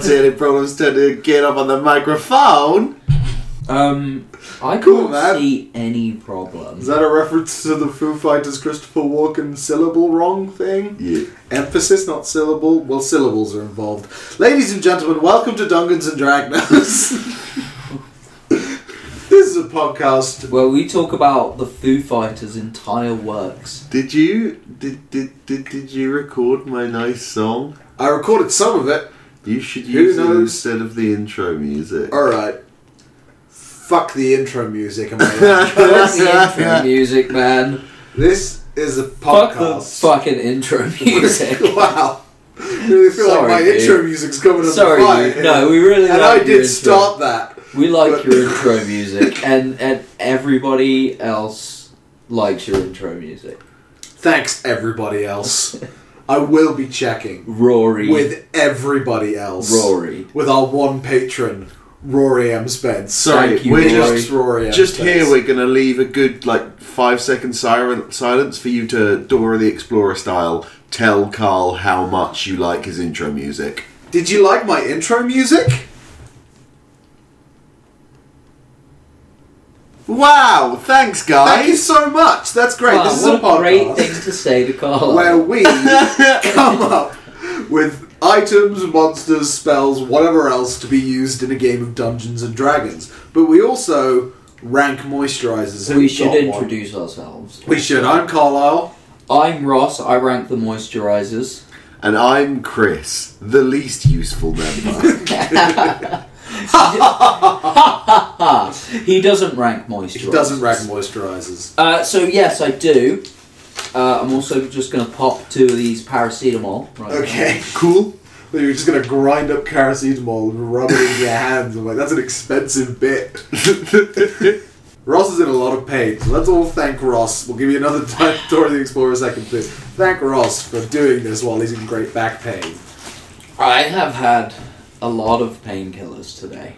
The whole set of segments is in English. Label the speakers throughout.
Speaker 1: see any problems trying to get up on the microphone.
Speaker 2: Um, I
Speaker 1: Cool,
Speaker 2: can't
Speaker 1: man.
Speaker 2: see any
Speaker 1: Is
Speaker 2: problems.
Speaker 1: that a reference to the Foo Fighters Christopher Walken syllable wrong thing?
Speaker 3: Yeah.
Speaker 1: Emphasis, not syllable. Well, syllables are involved. Ladies and gentlemen, welcome to Dungans and Dragnos. this is a podcast.
Speaker 2: Where we talk about the Foo Fighters' entire works.
Speaker 3: Did you did did did, did you record my nice song?
Speaker 1: I recorded some of it.
Speaker 3: You should
Speaker 1: Who
Speaker 3: use it
Speaker 1: knows?
Speaker 3: instead of the intro music.
Speaker 1: All right. Fuck the intro music. Am I right?
Speaker 2: Fuck the intro music, man.
Speaker 1: this is a
Speaker 2: Fuck the
Speaker 1: podcast.
Speaker 2: fucking intro music.
Speaker 1: wow. really feel
Speaker 2: Sorry,
Speaker 1: like my
Speaker 2: dude.
Speaker 1: intro music's coming up
Speaker 2: Sorry,
Speaker 1: fire.
Speaker 2: dude. no, we really
Speaker 1: and I
Speaker 2: like your
Speaker 1: did
Speaker 2: intro.
Speaker 1: start that.
Speaker 2: We like
Speaker 1: but-
Speaker 2: your intro music, and and everybody else likes your intro music.
Speaker 1: Thanks, everybody else. I will be checking
Speaker 2: Rory,
Speaker 1: with everybody else.
Speaker 2: Rory.
Speaker 1: With our one patron, Rory M. Spence.
Speaker 3: Sorry,
Speaker 2: Thank you,
Speaker 3: we're
Speaker 2: Rory.
Speaker 1: Just Rory M.
Speaker 3: Just
Speaker 1: Spence.
Speaker 3: here, we're gonna leave a good like five second siren silence for you to Dora the Explorer style tell Carl how much you like his intro music.
Speaker 1: Did you like my intro music?
Speaker 3: Wow! Thanks,
Speaker 1: Thank you
Speaker 3: guys.
Speaker 1: so much. That's great.
Speaker 2: Wow,
Speaker 1: this is
Speaker 2: what
Speaker 1: a
Speaker 2: a great
Speaker 1: podcast
Speaker 2: things to say to Carl.
Speaker 1: where we come up with items, monsters, spells, whatever else to be used in a game of Dungeons and Dragons. But we also rank moisturizers.
Speaker 2: we
Speaker 1: Who's
Speaker 2: should
Speaker 1: got one?
Speaker 2: introduce ourselves.
Speaker 1: We should. I'm Carlisle.
Speaker 2: I'm Ross. I rank the moisturizers.
Speaker 3: and I'm Chris, the least useful member.
Speaker 2: Ah, he doesn't rank moisturizers.
Speaker 1: He doesn't rank moisturizers.
Speaker 2: Uh, so yes, I do. Uh, I'm also just gonna pop two of these paracetamol. Right
Speaker 1: Okay.
Speaker 3: cool.
Speaker 1: You're just gonna grind up paracetamol and rub it in your hands. I'm like, that's an expensive bit. Ross is in a lot of pain, so let's all thank Ross. We'll give you another time Dora the Explorer second too. Thank Ross for doing this while he's in great back pain.
Speaker 2: now. I have had a lot of painkillers today.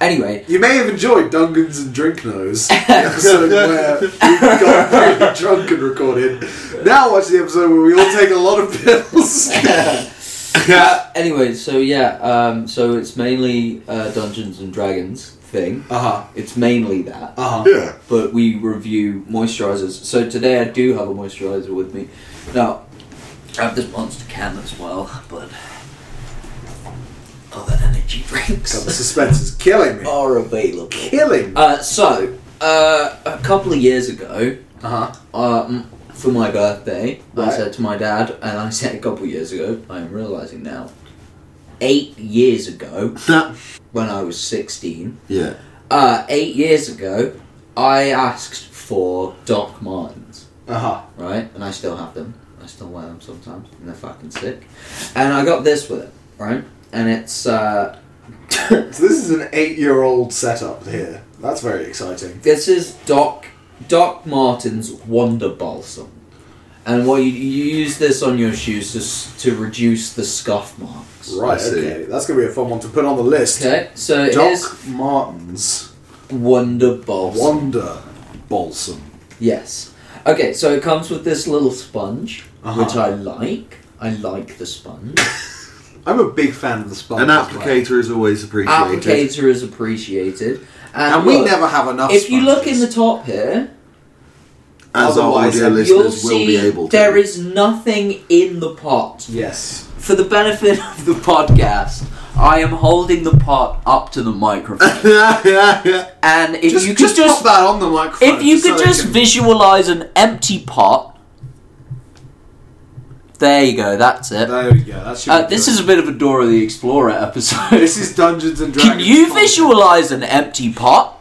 Speaker 2: Anyway,
Speaker 1: You may have enjoyed Dungans and Drink Nose, the episode where we got pretty drunk and recorded. Now watch the episode where we all take a lot of pills. Uh-huh,
Speaker 2: uh, anyway, so yeah, um, so it's mainly uh, Dungeons and Dragons thing.
Speaker 1: Uh-huh.
Speaker 2: It's mainly that,
Speaker 1: Uh-huh.
Speaker 3: Yeah.
Speaker 2: but we review moisturizers. So today I do have a moisturizer with me. Now, I have this monster can as well, but other energy
Speaker 1: God, the
Speaker 2: drinks
Speaker 1: suspense is killing me.
Speaker 2: are available.
Speaker 1: Killing.
Speaker 2: Uh, so, uh, a couple of years ago,
Speaker 1: Uh-huh.
Speaker 2: um, for my birthday,
Speaker 1: Right.
Speaker 2: I said to my dad, and I said a couple of years ago, I am realising now, eight years ago,
Speaker 3: That.
Speaker 2: when I was 16,
Speaker 3: Yeah.
Speaker 2: uh, eight years ago, I asked for Doc Martens,
Speaker 1: Uh-huh.
Speaker 2: right? And I still have them. I still wear them sometimes, and they're fucking sick. And I got this with it, right? And it's, uh,
Speaker 1: So this is an eight-year-old setup here. That's very exciting.
Speaker 2: This is Doc Doc Martin's Wonder Balsam, and what you, you use this on your shoes to s- to reduce the scuff marks.
Speaker 1: Right,
Speaker 3: see.
Speaker 1: okay. That's going to be a fun one to put on the list.
Speaker 2: Okay, so it is
Speaker 1: Doc Martens
Speaker 2: Wonder Balsam.
Speaker 1: Wonder Balsam.
Speaker 2: Yes. Okay, so it comes with this little sponge,
Speaker 1: Uh-huh.
Speaker 2: which I like. I like the sponge.
Speaker 1: I'm a big fan of the sponge.
Speaker 3: An
Speaker 1: as well.
Speaker 3: applicator is always appreciated.
Speaker 2: Applicator is appreciated, and,
Speaker 1: And we
Speaker 2: look,
Speaker 1: never have enough
Speaker 2: If you look in
Speaker 1: sponges.
Speaker 2: the top here,
Speaker 3: As our
Speaker 1: Otherwise,
Speaker 3: audio
Speaker 1: you'll
Speaker 2: you'll
Speaker 3: listeners will
Speaker 2: see
Speaker 3: be able to.
Speaker 2: there is nothing in the pot.
Speaker 1: Yes.
Speaker 2: For the benefit of the podcast, I am holding the pot up to the microphone. And if
Speaker 1: Just,
Speaker 2: you could
Speaker 1: just
Speaker 2: just,
Speaker 1: pop that on the microphone.
Speaker 2: if you
Speaker 1: so
Speaker 2: could
Speaker 1: they
Speaker 2: just
Speaker 1: can-
Speaker 2: visualize an empty pot. There you go, that's it.
Speaker 1: There we go. That should
Speaker 2: Uh,
Speaker 1: be
Speaker 2: this
Speaker 1: good.
Speaker 2: is a bit of a Dora the Explorer episode.
Speaker 1: This is Dungeons and Dragons.
Speaker 2: Can you
Speaker 1: content.
Speaker 2: visualize an empty pot?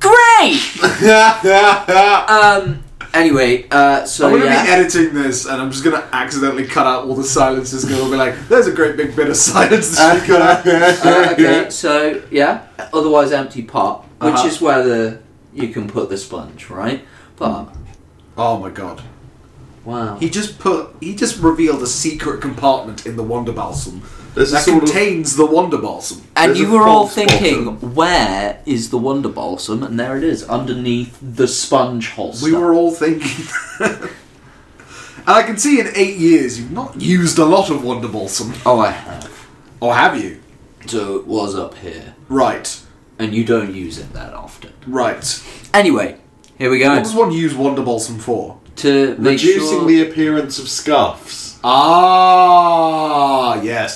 Speaker 2: Great! Um anyway, uh
Speaker 1: I'm
Speaker 2: so
Speaker 1: gonna
Speaker 2: yeah.
Speaker 1: be editing this, and I'm just gonna accidentally cut out all the silences. Because I'll be like, "There's a great big bit of silence." That you cut out.
Speaker 2: Uh, okay, so yeah, otherwise empty pot, which
Speaker 1: Uh-huh.
Speaker 2: is where the you can put the sponge, right? But
Speaker 1: Oh my god.
Speaker 2: wow,
Speaker 1: He just put. He just revealed a secret compartment in the Wonder Balsam
Speaker 3: There's a
Speaker 1: that
Speaker 3: sort of-
Speaker 1: contains the Wonder Balsam.
Speaker 2: and
Speaker 3: there's
Speaker 2: you
Speaker 3: a
Speaker 2: were all
Speaker 3: false bottom.
Speaker 2: thinking, where is the Wonder Balsam? And there it is, underneath the sponge holster.
Speaker 1: We were all thinking. And I can see in eight years you've not used a lot of Wonder Balsam.
Speaker 2: Oh, I have.
Speaker 1: Or have you?
Speaker 2: So it was up here,
Speaker 1: Right.
Speaker 2: and you don't use it that often.
Speaker 1: Right.
Speaker 2: Anyway, here we go.
Speaker 1: What does one use Wonder Balsam for?
Speaker 2: to make
Speaker 3: Reducing
Speaker 2: sure.
Speaker 3: the appearance of scuffs.
Speaker 1: Ah, yes.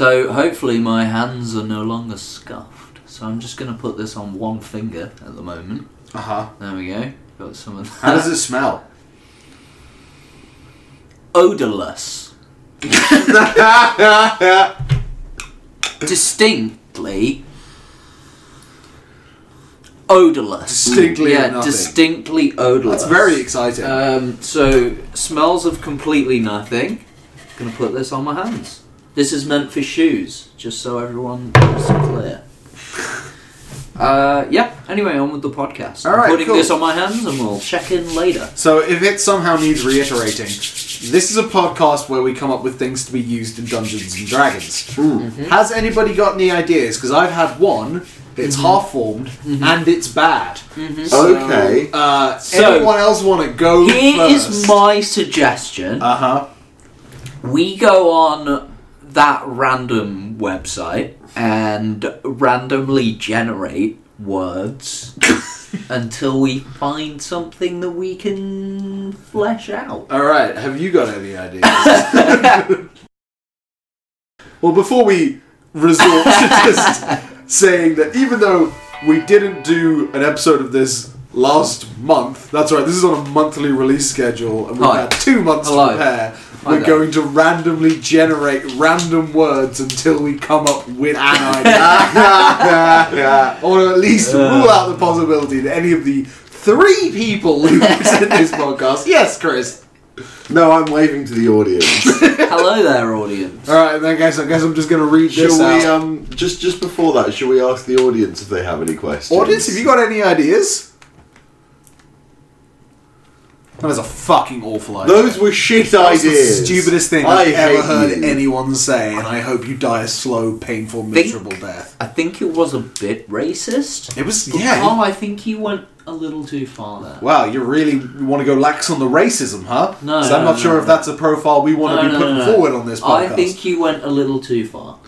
Speaker 2: so hopefully my hands are no longer scuffed. So I'm just going to put this on one finger at the moment.
Speaker 1: Uh huh.
Speaker 2: There we go. Got some of
Speaker 1: How does
Speaker 2: that.
Speaker 1: it smell?
Speaker 2: Odorless, distinctly. Odorless.
Speaker 1: Distinctly
Speaker 2: Yeah,
Speaker 1: of nothing.
Speaker 2: distinctly odorless.
Speaker 1: That's very exciting.
Speaker 2: Um, so smells of completely nothing. Gonna put this on my hands. This is meant for shoes, just so everyone is clear. Uh, yeah. Anyway, on with the podcast.
Speaker 1: All right,
Speaker 2: I'm putting
Speaker 1: cool.
Speaker 2: this on my hands, and we'll check in later.
Speaker 1: so, if it somehow needs reiterating, this is a podcast where we come up with things to be used in Dungeons and Dragons. Has anybody got any ideas? Because I've had one. It's half formed and it's bad. So,
Speaker 3: Okay.
Speaker 1: Uh,
Speaker 2: So-
Speaker 1: anyone else want to go
Speaker 2: Here
Speaker 1: first?
Speaker 2: is my suggestion.
Speaker 1: Uh huh.
Speaker 2: we go on that random website and randomly generate words until we find something that we can flesh out.
Speaker 1: All right. Have you got any ideas? well, before we resort to just saying that, even though we didn't do an episode of this last month, that's right. This is on a monthly release schedule, and we've
Speaker 2: Hi.
Speaker 1: had two months
Speaker 2: Hello.
Speaker 1: to prepare.
Speaker 2: Hi
Speaker 1: We're
Speaker 2: there.
Speaker 1: going to randomly generate random words until we come up with an idea, or at least rule out the possibility that any of the three people who listen to this podcast. Yes, Chris.
Speaker 3: no, I'm waving to the audience.
Speaker 2: Hello there, audience.
Speaker 1: All right, then, guys. I guess I'm just gonna read this
Speaker 3: Shall we?
Speaker 1: out.
Speaker 3: Um, just just before that, shall we ask the audience if they have any questions?
Speaker 1: Audience, have you got any ideas? That was a fucking awful idea.
Speaker 3: Those were shit
Speaker 1: That was
Speaker 3: ideas.
Speaker 1: the stupidest thing
Speaker 3: I
Speaker 1: I've ever
Speaker 3: hate
Speaker 1: heard
Speaker 3: you.
Speaker 1: anyone say, and I hope you die a slow, painful, miserable death.
Speaker 2: I think it was a bit racist.
Speaker 1: It was
Speaker 2: But
Speaker 1: yeah.
Speaker 2: Carl, I think he went a little too far there.
Speaker 1: Wow, you really want to go lax on the racism, huh?
Speaker 2: No,
Speaker 1: 'Cause
Speaker 2: no,
Speaker 1: I'm not
Speaker 2: no,
Speaker 1: sure
Speaker 2: no,
Speaker 1: if
Speaker 2: no.
Speaker 1: that's a profile we want to
Speaker 2: No,
Speaker 1: be
Speaker 2: no,
Speaker 1: putting
Speaker 2: no, no.
Speaker 1: forward on this
Speaker 2: I
Speaker 1: podcast.
Speaker 2: think he went a little too far.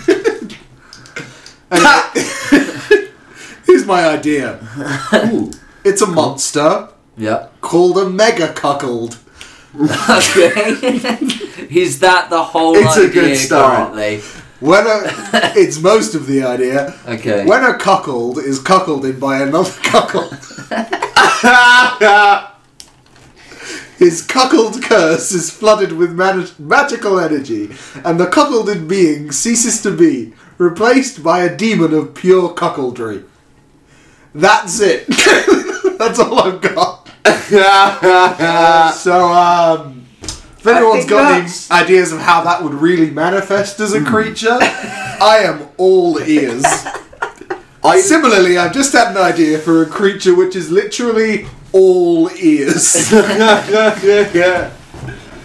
Speaker 1: Here's my idea.
Speaker 3: Ooh.
Speaker 1: It's a monster
Speaker 2: Yeah.
Speaker 1: called a mega cuckold.
Speaker 2: Okay. Is that the whole
Speaker 3: It's a
Speaker 2: idea
Speaker 3: good start.
Speaker 2: currently?
Speaker 1: When a, uh, it's most of the idea.
Speaker 2: Okay.
Speaker 1: When a cuckold is cuckolded by another cuckold, his cuckold curse is flooded with man- magical energy, and the cuckolded being ceases to be, replaced by a demon of pure cuckoldry. That's it. That's all I've got. so, um. If anyone's
Speaker 2: think
Speaker 1: got any
Speaker 2: that's- Hmm.
Speaker 1: ideas of how that would really manifest as a creature, I am all ears.
Speaker 3: I
Speaker 1: Similarly, I've just had an idea for a creature which is literally all ears.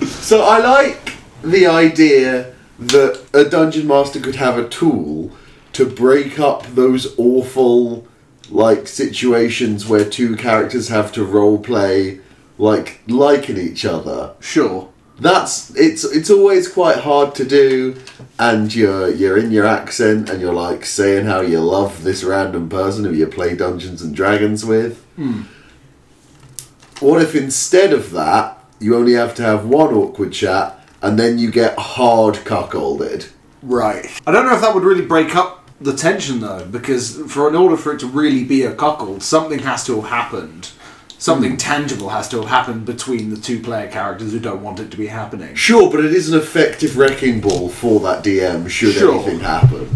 Speaker 3: So I like the idea that a dungeon master could have a tool to break up those awful like situations where two characters have to role play like liking each other.
Speaker 1: sure.
Speaker 3: That's it's it's always quite hard to do and you're you're in your accent and you're like saying how you love this random person who you play Dungeons and Dragons with. What if instead of that, you only have to have one awkward chat and then you get hard cuckolded?
Speaker 1: Right. I don't know if that would really break up the tension though, because for in order for it to really be a cuckold, something has to have happened. Something tangible has to have happened between the two player characters who don't want it to be happening.
Speaker 3: Sure, but it is an effective wrecking ball for that DM should
Speaker 1: Sure.
Speaker 3: anything happen.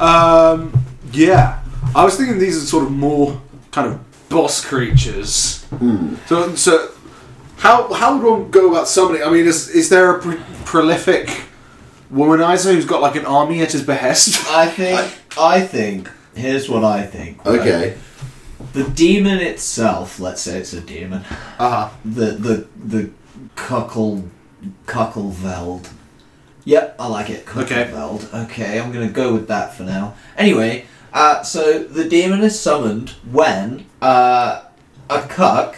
Speaker 1: Um, yeah. I was thinking these are sort of more kind of boss creatures. So, so how how would one go about summoning? I mean, is is there a pr- prolific womanizer who's got like an army at his behest?
Speaker 4: I think. I think. Here's what I think. right?
Speaker 3: Okay.
Speaker 4: The demon itself. Let's say it's a demon.
Speaker 1: Uh-huh.
Speaker 4: The the the cuckold cuckoldveld. Yep, I like it.
Speaker 1: Okay.
Speaker 4: Cuckoldveld. Okay. I'm gonna go with that for now. Anyway, uh, so the demon is summoned when uh, a cuck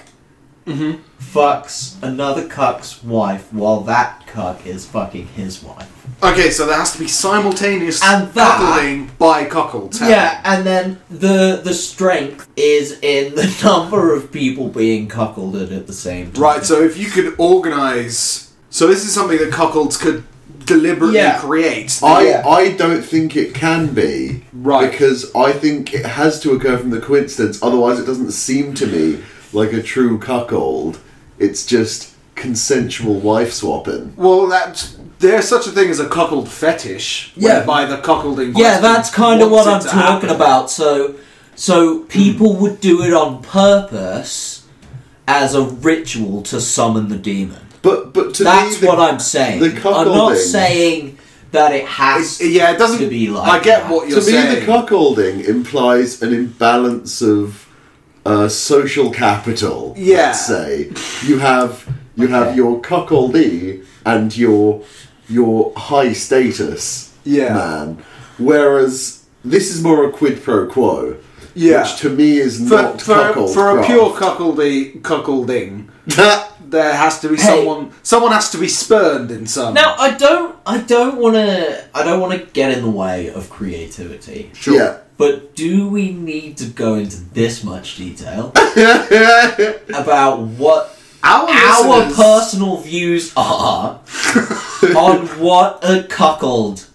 Speaker 4: Mm-hmm.
Speaker 2: fucks another cuck's wife while that cuck is fucking his wife.
Speaker 1: Okay, so there has to be simultaneous
Speaker 2: And that-
Speaker 1: cuckolding by cuckolds. happening.
Speaker 2: Yeah, and then the the strength is in the number of people being cuckolded at the same time.
Speaker 1: Right, so if you could organise. So this is something that cuckolds could deliberately
Speaker 2: Yeah.
Speaker 1: create.
Speaker 3: I
Speaker 2: Yeah.
Speaker 3: I don't think it can be
Speaker 1: Right.
Speaker 3: because I think it has to occur from the coincidence. Otherwise, it doesn't seem to me like a true cuckold. It's just consensual wife swapping.
Speaker 1: Well, that there's such a thing as a cuckold fetish.
Speaker 2: Yeah.
Speaker 1: By the cuckolding.
Speaker 2: Yeah,
Speaker 1: person
Speaker 2: that's kind of what I'm
Speaker 1: wants it to
Speaker 2: talking
Speaker 1: happen.
Speaker 2: about. So, so people would do it on purpose as a ritual to summon the demon.
Speaker 3: But but to
Speaker 2: That's
Speaker 3: me, the,
Speaker 2: what I'm saying.
Speaker 3: the
Speaker 2: I'm not
Speaker 3: cuckolding-
Speaker 2: saying that it has.
Speaker 1: It- yeah, it doesn't.
Speaker 2: To be like
Speaker 1: I get
Speaker 2: that.
Speaker 1: what
Speaker 3: to
Speaker 1: you're
Speaker 3: me
Speaker 1: saying.
Speaker 3: the cuckolding implies an imbalance of uh, social capital.
Speaker 1: Yeah.
Speaker 3: Let's say you have you have your cuckoldee and your your high status
Speaker 1: Yeah.
Speaker 3: man, whereas this is more a quid pro quo.
Speaker 1: Yeah.
Speaker 3: Which to me is
Speaker 1: for,
Speaker 3: not
Speaker 1: for,
Speaker 3: cuckold
Speaker 1: for a
Speaker 3: craft.
Speaker 1: pure cuckoldy cuckolding, there has to be
Speaker 2: Hey.
Speaker 1: someone. Someone has to be spurned in some.
Speaker 2: now, I don't. I don't want to. I don't want to get in the way of creativity.
Speaker 3: Yeah.
Speaker 2: But do we need to go into this much detail about what
Speaker 1: Our,
Speaker 2: our
Speaker 1: listeners-
Speaker 2: personal views are on what a cuckold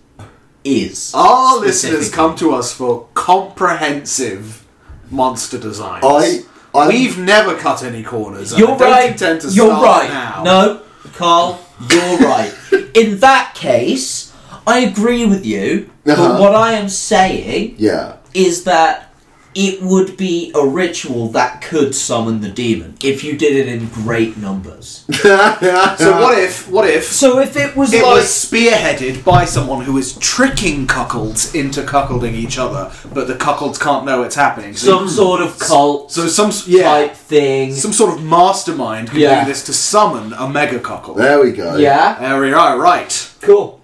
Speaker 2: is.
Speaker 1: Our listeners
Speaker 2: specifically.
Speaker 1: come to us for comprehensive monster designs.
Speaker 3: I- I'm-
Speaker 1: We've never cut any corners. and I
Speaker 2: You're
Speaker 1: don't
Speaker 2: right.
Speaker 1: Intend to
Speaker 2: you're
Speaker 1: start
Speaker 2: right.
Speaker 1: Now.
Speaker 2: No, Carl, you're right. In that case, I agree with you.
Speaker 3: Uh-huh.
Speaker 2: But what I am saying
Speaker 3: Yeah.
Speaker 2: is that it would be a ritual that could summon the demon if you did it in great numbers.
Speaker 1: So what if? What if?
Speaker 2: So if it was
Speaker 1: It
Speaker 2: like
Speaker 1: was spearheaded by someone who is tricking cuckolds into cuckolding each other, but the cuckolds can't know it's happening. So, hmm.
Speaker 2: some sort of cult
Speaker 1: so some s- yeah,
Speaker 2: type thing,
Speaker 1: some sort of mastermind can
Speaker 2: Yeah.
Speaker 1: do this to summon a mega cuckold.
Speaker 3: There we go.
Speaker 2: yeah.
Speaker 1: There we are. Right.
Speaker 2: Cool.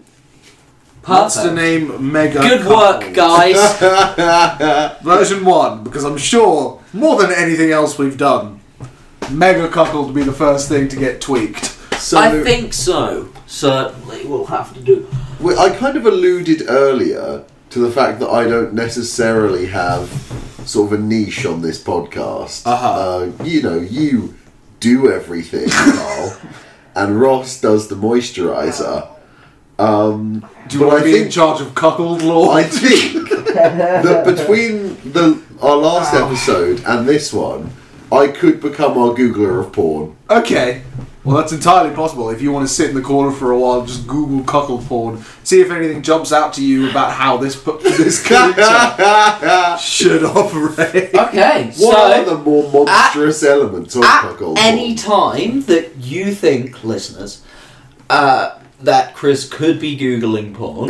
Speaker 1: What's the
Speaker 2: Perfect.
Speaker 1: name Mega.
Speaker 2: Good work,
Speaker 1: Cuckold?
Speaker 2: guys.
Speaker 1: Version one, because I'm sure more than anything else we've done, mega cuckold would be the first thing to get tweaked.
Speaker 3: So
Speaker 2: I think so. Certainly, we'll have to do.
Speaker 3: we- I kind of alluded earlier to the fact that I don't necessarily have sort of a niche on this podcast.
Speaker 1: Uh-huh.
Speaker 3: Uh, you know, you do everything, Carl, and Ross does the moisturizer.
Speaker 1: Do you
Speaker 3: But
Speaker 1: want
Speaker 3: I
Speaker 1: to be in
Speaker 3: think-
Speaker 1: charge of cuckold law?
Speaker 3: I think that between the our last
Speaker 2: Ah.
Speaker 3: episode and this one, I could become our Googler of porn.
Speaker 1: Okay. Well, that's entirely possible. If you want to sit in the corner for a while, just Google cuckold porn. See if anything jumps out to you about how this pu- this creature should operate.
Speaker 2: Okay,
Speaker 3: What are
Speaker 2: so
Speaker 3: the more monstrous elements of
Speaker 2: at
Speaker 3: cuckold?
Speaker 2: any
Speaker 3: porn?
Speaker 2: time that you think, listeners, uh, that Chris could be googling porn,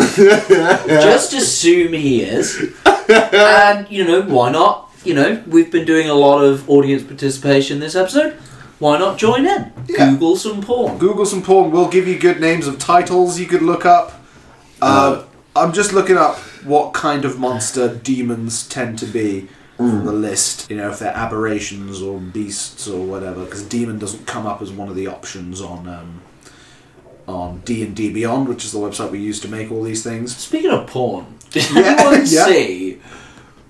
Speaker 2: just assume he is, and you know why not? You know we've been doing a lot of audience participation this episode. Why not join in?
Speaker 1: Yeah.
Speaker 2: Google some porn.
Speaker 1: Google some porn. We'll give you good names of titles you could look up. Uh, I'm just looking up what kind of monster demons tend to be from the list. You know, if they're aberrations or beasts or whatever, because demon doesn't come up as one of the options on um, on D and D Beyond, which is the website we use to make all these things.
Speaker 2: Speaking of porn, did
Speaker 1: Yeah,
Speaker 2: anyone
Speaker 1: yeah.
Speaker 2: see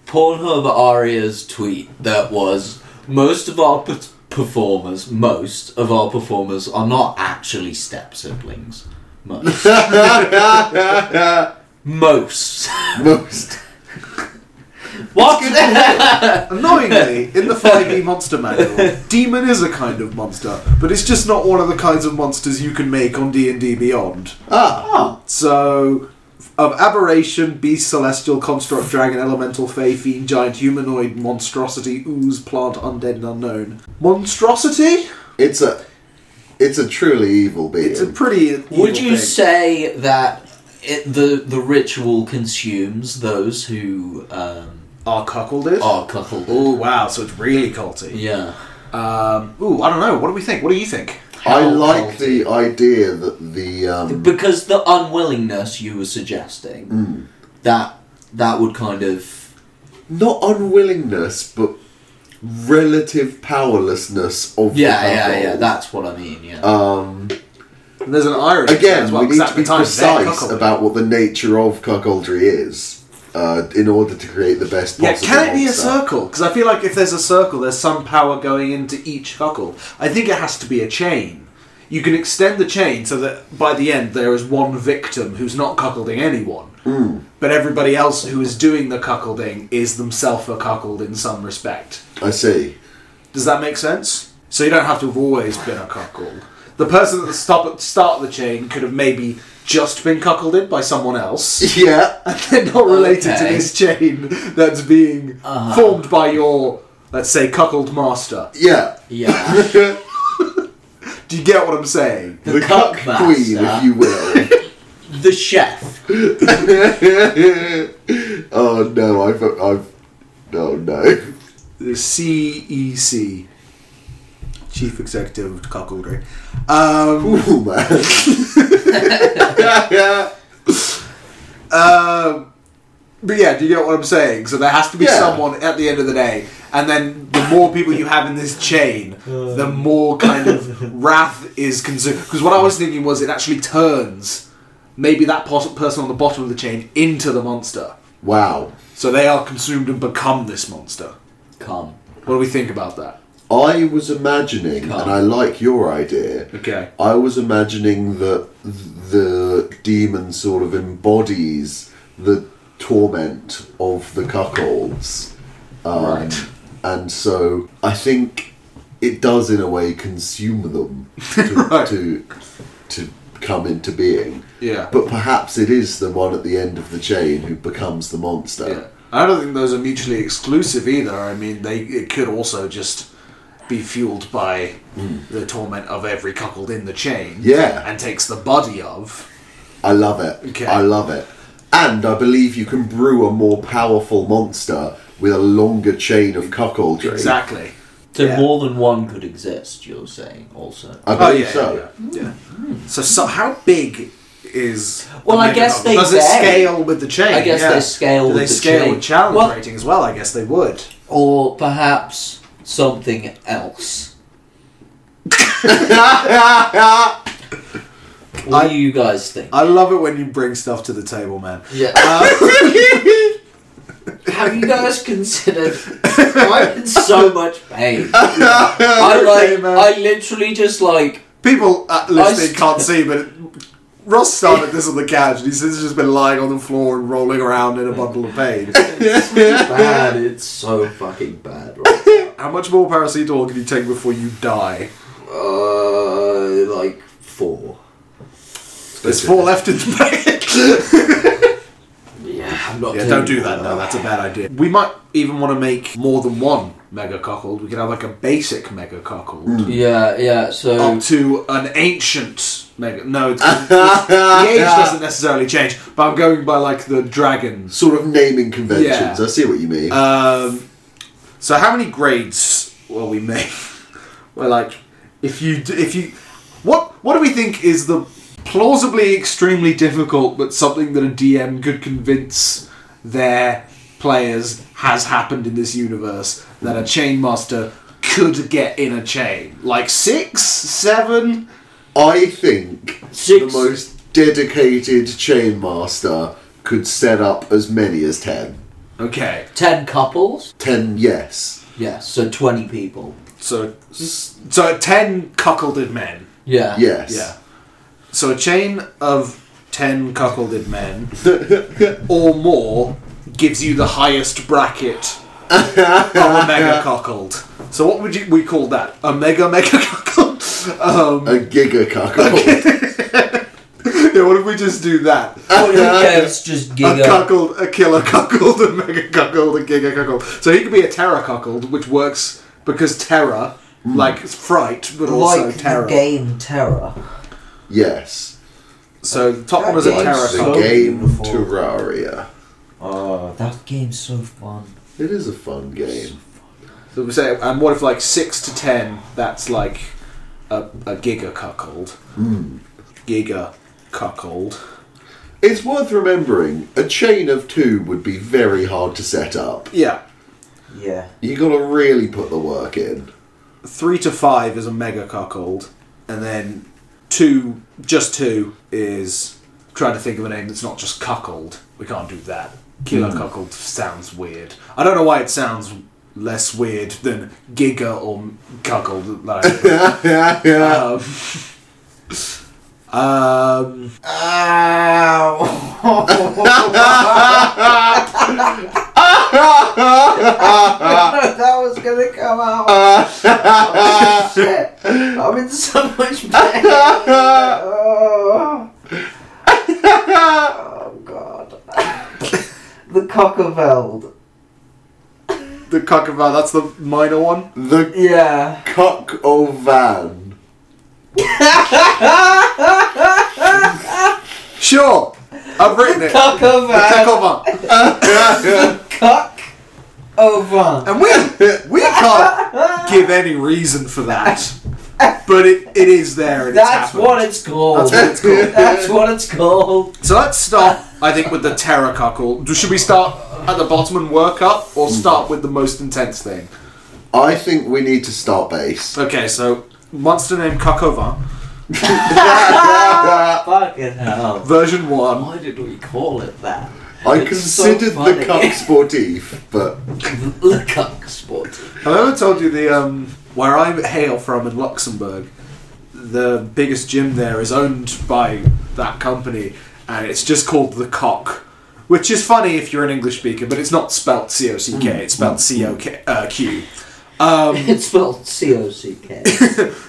Speaker 2: Pornhub Aria's tweet that was most of our p- performers, most of our performers are not actually step siblings. Most. most.
Speaker 3: most
Speaker 2: What?
Speaker 1: Annoyingly, in the 5e monster manual, demon is a kind of monster, but it's just not one of the kinds of monsters you can make on D&D Beyond.
Speaker 3: ah
Speaker 1: So, of aberration, beast, celestial, construct, dragon, elemental, fey, fiend, giant, humanoid, monstrosity, ooze, plant, undead, and unknown. Monstrosity?
Speaker 3: It's a it's a truly evil being.
Speaker 1: It's a pretty. evil
Speaker 2: Would you
Speaker 1: thing.
Speaker 2: say that it, the the ritual consumes those who um,
Speaker 1: are cuckolded?
Speaker 2: are cuckolded?
Speaker 1: Oh wow, so it's really culty.
Speaker 2: Yeah.
Speaker 1: Um, ooh, I don't know. What do we think? What do you think?
Speaker 3: I
Speaker 2: Hell
Speaker 3: like the idea that the um,
Speaker 2: because the unwillingness you were suggesting that that would kind of
Speaker 3: not unwillingness, but relative powerlessness of the
Speaker 2: Yeah, yeah,
Speaker 3: household.
Speaker 2: yeah. That's what I mean. Yeah.
Speaker 3: um,
Speaker 1: And there's an irony to that
Speaker 3: again,
Speaker 1: as well,
Speaker 3: we need
Speaker 1: 'cause
Speaker 3: to
Speaker 1: at
Speaker 3: be
Speaker 1: the time, they're
Speaker 3: precise
Speaker 1: cuckolding.
Speaker 3: about what the nature of cuckoldry is uh, in order to create the best
Speaker 1: Yeah,
Speaker 3: possible.
Speaker 1: can it be a
Speaker 3: answer.
Speaker 1: circle? Because I feel like if there's a circle, there's some power going into each cuckold. I think it has to be a chain. You can extend the chain so that by the end there is one victim who's not cuckolding anyone, but everybody else who is doing the cuckolding is themselves a cuckold in some respect.
Speaker 3: I see.
Speaker 1: Does that make sense? So you don't have to have always been a cuckold. The person at the stop at the start of the chain could have maybe just been cuckolded by someone else.
Speaker 3: Yeah,
Speaker 1: They're not related to
Speaker 2: Okay.
Speaker 1: this chain that's being formed by your, let's say, cuckold master.
Speaker 3: yeah.
Speaker 2: yeah.
Speaker 3: the
Speaker 1: Do you get what I'm saying?
Speaker 3: cuck
Speaker 2: cuck
Speaker 3: queen, if
Speaker 2: master.
Speaker 3: you will.
Speaker 2: The chef.
Speaker 3: oh no, I've, I've, oh no.
Speaker 1: The CEC, Chief Executive of Cuckoldry. Um,
Speaker 3: Ooh, man.
Speaker 1: um, but yeah, do you get what I'm saying? So there has to be
Speaker 3: Yeah.
Speaker 1: someone at the end of the day, and then the more people you have in this chain, the more kind of wrath is consumed. Because what I was thinking was it actually turns maybe that pos- person on the bottom of the chain into the monster.
Speaker 3: Wow.
Speaker 1: So they are consumed and become this monster.
Speaker 2: Come.
Speaker 1: What do we think about that?
Speaker 3: I was imagining, and I like your idea.
Speaker 1: Okay.
Speaker 3: I was imagining that the demon sort of embodies the torment of the cuckolds. Um,
Speaker 1: Right.
Speaker 3: And so I think it does, in a way, consume them to,
Speaker 1: Right.
Speaker 3: to, to come into being.
Speaker 1: Yeah.
Speaker 3: But perhaps it is the one at the end of the chain who becomes the monster.
Speaker 1: yeah. I don't think those are mutually exclusive either. I mean, they it could also just be fueled by
Speaker 2: Hmm.
Speaker 1: the torment of every cuckold in the chain.
Speaker 3: Yeah.
Speaker 1: And takes the body of.
Speaker 3: I love it.
Speaker 1: Okay.
Speaker 3: I love it. And I believe you can brew a more powerful monster with a longer chain of cuckoldry.
Speaker 1: Exactly.
Speaker 2: So
Speaker 1: Yeah.
Speaker 2: more than one could exist. You're saying also.
Speaker 3: I
Speaker 1: Oh
Speaker 3: believe
Speaker 1: yeah.
Speaker 3: so.
Speaker 1: Yeah. yeah. So, so how big is?
Speaker 2: Hmm. Well,
Speaker 1: the
Speaker 2: I guess
Speaker 1: Megacuckold?
Speaker 2: they
Speaker 1: does it
Speaker 2: vary.
Speaker 1: scale with the chain.
Speaker 2: I guess
Speaker 1: yeah.
Speaker 2: they scale
Speaker 1: Do they
Speaker 2: with the
Speaker 1: scale
Speaker 2: chain.
Speaker 1: with challenge
Speaker 2: Well-
Speaker 1: rating as well. I guess they would.
Speaker 2: Or perhaps something else.
Speaker 3: Ah,
Speaker 2: what do you guys think?
Speaker 1: I love it when you bring stuff to the table, man.
Speaker 2: Yeah. Have you guys considered? I'm in so much pain. I like.
Speaker 1: man.
Speaker 2: I literally just like.
Speaker 1: People uh,
Speaker 2: I
Speaker 1: listening
Speaker 2: s-
Speaker 1: can't see, but Ross started this on the couch, and he's since just been lying on the floor and rolling around in a bundle of pain.
Speaker 2: Bad. It's so fucking bad. Right?
Speaker 1: How much more paracetamol can you take before you die?
Speaker 2: Uh, like four.
Speaker 1: There's four left in the packet.
Speaker 2: Yeah, I'm not.
Speaker 1: yeah,
Speaker 2: doing
Speaker 1: don't do that. No, that's a bad idea. We might even want to make more than one mega cuckold. We could have like a basic mega cuckold
Speaker 2: Yeah, yeah. So
Speaker 1: up to an ancient mega. No, it's, it's- the age doesn't necessarily change, but I'm going by like the dragons.
Speaker 3: Sort of naming conventions.
Speaker 1: Yeah.
Speaker 3: I see what you mean.
Speaker 1: Um, so how many grades will we make? Well, like, if you d- if you what what do we think is the plausibly extremely difficult but something that a DM could convince their players has happened in this universe that a chain master could get in a chain like six seven
Speaker 3: I think the
Speaker 2: Six.
Speaker 3: most dedicated chain master could set up as many as ten.
Speaker 1: okay
Speaker 2: ten couples.
Speaker 3: Ten, yes.
Speaker 2: Yeah. So twenty people.
Speaker 1: so so 10 cuckolded men
Speaker 2: Yeah.
Speaker 3: Yes.
Speaker 1: Yeah. So a chain of ten cuckolded men or more gives you the highest bracket of a mega cuckold. So what would you we call that? A mega mega cuckold? Um,
Speaker 3: A giga cuckold.
Speaker 1: yeah, what if we just do that?
Speaker 2: Or who cares? Just
Speaker 1: A
Speaker 2: giga.
Speaker 1: cuckold, a killer cuckold, a mega cuckold, a giga cuckold. So he could be a terror cuckold, which works because terror, like fright, but also
Speaker 2: Like the
Speaker 1: terror.
Speaker 2: game Terror.
Speaker 3: yes.
Speaker 1: So the top one is a
Speaker 2: That
Speaker 1: terror
Speaker 2: game's
Speaker 3: The
Speaker 2: so
Speaker 1: cuckold.
Speaker 3: game
Speaker 2: beautiful.
Speaker 3: Terraria.
Speaker 2: Oh, that game's so fun.
Speaker 3: It is a fun game.
Speaker 1: So we say, and what if like six to ten? That's like a, a giga cuckold. Giga cuckold.
Speaker 3: It's worth remembering a chain of two would be very hard to set up.
Speaker 1: Yeah.
Speaker 2: Yeah.
Speaker 3: You gotta really put the work in.
Speaker 1: Three to five is a mega cuckold, and then two, just two, is trying to think of a name that's not just cuckold. We can't do that. Killer cuckold sounds weird. I don't know why it sounds less weird than giga or cuckold. Like, um, um,
Speaker 2: that was gonna come out. oh, shit. I'm in so much pain. oh. oh god. the cockerveld.
Speaker 1: the cuckold. That's the minor one.
Speaker 3: The
Speaker 2: Yeah.
Speaker 3: cock o' van.
Speaker 1: Sure, I've written it.
Speaker 2: Cockerveld.
Speaker 1: Cuckold.
Speaker 2: Cock over.
Speaker 1: And we we can't give any reason for that. But it, it is there and
Speaker 2: That's
Speaker 1: it's happened.
Speaker 2: what it's called.
Speaker 1: That's what it's called.
Speaker 2: That's what it's called.
Speaker 1: So let's start I think with the terror cuckold. Do- Should we start at the bottom and work up or start with the most intense thing?
Speaker 3: I think we need to start base.
Speaker 1: Okay, so monster named Kakova,
Speaker 2: Fucking hell.
Speaker 1: version one.
Speaker 2: Why did we call it that?
Speaker 3: I
Speaker 2: It's so
Speaker 3: considered the
Speaker 2: funny.
Speaker 3: cock sportif, but
Speaker 2: The cock sport.
Speaker 1: Have I ever told you the um where I hail from in Luxembourg, the biggest gym there is owned by that company and it's just called the cock. Which is funny if you're an English speaker, but it's not spelt C O C
Speaker 2: Mm.
Speaker 1: K, it's spelt C O K uh, Q. Um
Speaker 2: It's spelled C O C K.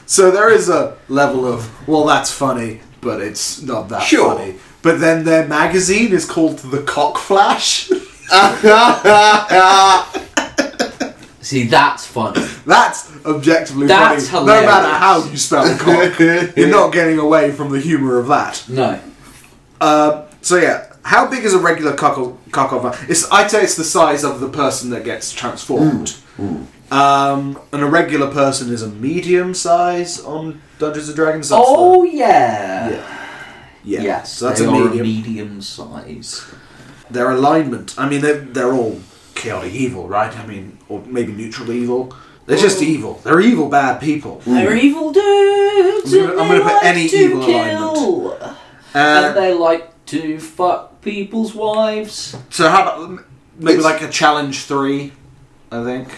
Speaker 1: So there is a level of well, that's funny, but it's not that
Speaker 3: Sure.
Speaker 1: funny. But then their magazine is called the Cock Flash.
Speaker 2: See, that's funny.
Speaker 1: That's objectively
Speaker 2: That's
Speaker 1: funny. No
Speaker 2: hilarious.
Speaker 1: matter how you spell cock, you're not getting away from the humour of that.
Speaker 2: No.
Speaker 1: Um, so yeah, how big is a regular cock cock of? It's I'd say it's the size of the person that gets transformed.
Speaker 2: Mm,
Speaker 1: Um, and a regular person is a medium size on Dungeons and Dragons. That's
Speaker 2: Oh yeah.
Speaker 1: the- yeah.
Speaker 2: Yes,
Speaker 1: so that's
Speaker 2: they
Speaker 1: a
Speaker 2: are
Speaker 1: medium.
Speaker 2: medium size.
Speaker 1: their alignment. I mean, they're, they're all chaotic evil, right? I mean, or maybe neutral evil. They're just
Speaker 2: Oh.
Speaker 1: evil. They're evil, bad people.
Speaker 2: They're evil dudes.
Speaker 1: I'm gonna-
Speaker 2: and
Speaker 1: I'm gonna
Speaker 2: they
Speaker 1: put
Speaker 2: like
Speaker 1: any
Speaker 2: to
Speaker 1: evil
Speaker 2: kill.
Speaker 1: Uh,
Speaker 2: and they like to fuck people's wives.
Speaker 1: so how about m- maybe
Speaker 3: It's-
Speaker 1: like a challenge three, I think,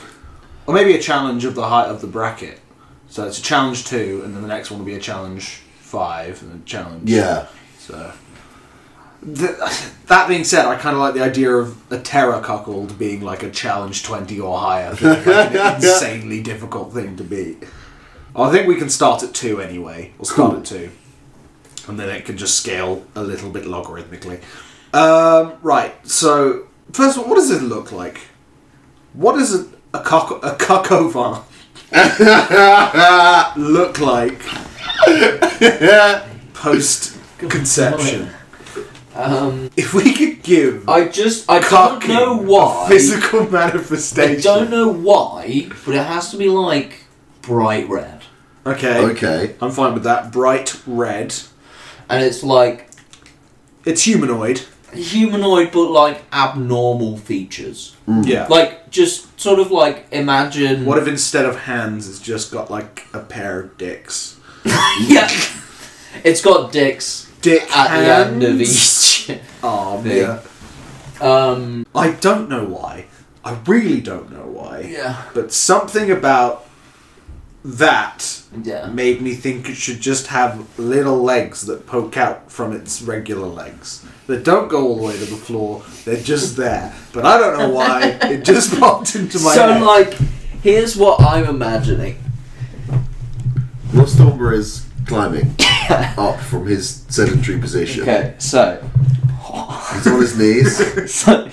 Speaker 1: or maybe a challenge of the height of the bracket. So it's a challenge two, and then the next one will be a challenge five, and a challenge.
Speaker 3: yeah.
Speaker 1: So. Th- that being said, I kind of like the idea of a terror cuckold being like a challenge 20 or higher. Thing, like an insanely difficult thing to beat. I think we can start at 2 anyway. We'll start
Speaker 3: Cool.
Speaker 1: at 2. And then it can just scale a little bit logarithmically. Um, right, so first of all, what does it look like? What does a, a, cock- a cuckovar look like post conception?
Speaker 2: Um,
Speaker 1: If we could give
Speaker 2: I just I
Speaker 1: Cock
Speaker 2: don't know why.
Speaker 1: physical
Speaker 2: I
Speaker 1: manifestation.
Speaker 2: don't know why, but it has to be like bright red,
Speaker 1: Okay.
Speaker 3: Okay.
Speaker 1: I'm fine with that. Bright red.
Speaker 2: and it's like
Speaker 1: It's humanoid.
Speaker 2: humanoid but like abnormal features.
Speaker 1: Yeah.
Speaker 2: Like just sort of like imagine
Speaker 1: what if instead of hands, it's just got like a pair of dicks?
Speaker 2: yeah. It's got dicks
Speaker 1: Dick
Speaker 2: at
Speaker 1: hands.
Speaker 2: the end of each.
Speaker 1: arm.
Speaker 2: thing.
Speaker 1: Yeah.
Speaker 2: Um,
Speaker 1: I don't know why. I really don't know why.
Speaker 2: Yeah.
Speaker 1: But something about that
Speaker 2: yeah.
Speaker 1: made me think it should just have little legs that poke out from its regular legs. That don't go all the way to the floor, they're just there. But I don't know why, it just popped into my
Speaker 2: So
Speaker 1: head.
Speaker 2: like, here's what I'm imagining.
Speaker 3: Rostomber is climbing up from his sedentary position.
Speaker 2: Okay, so
Speaker 3: He's on his knees.
Speaker 2: so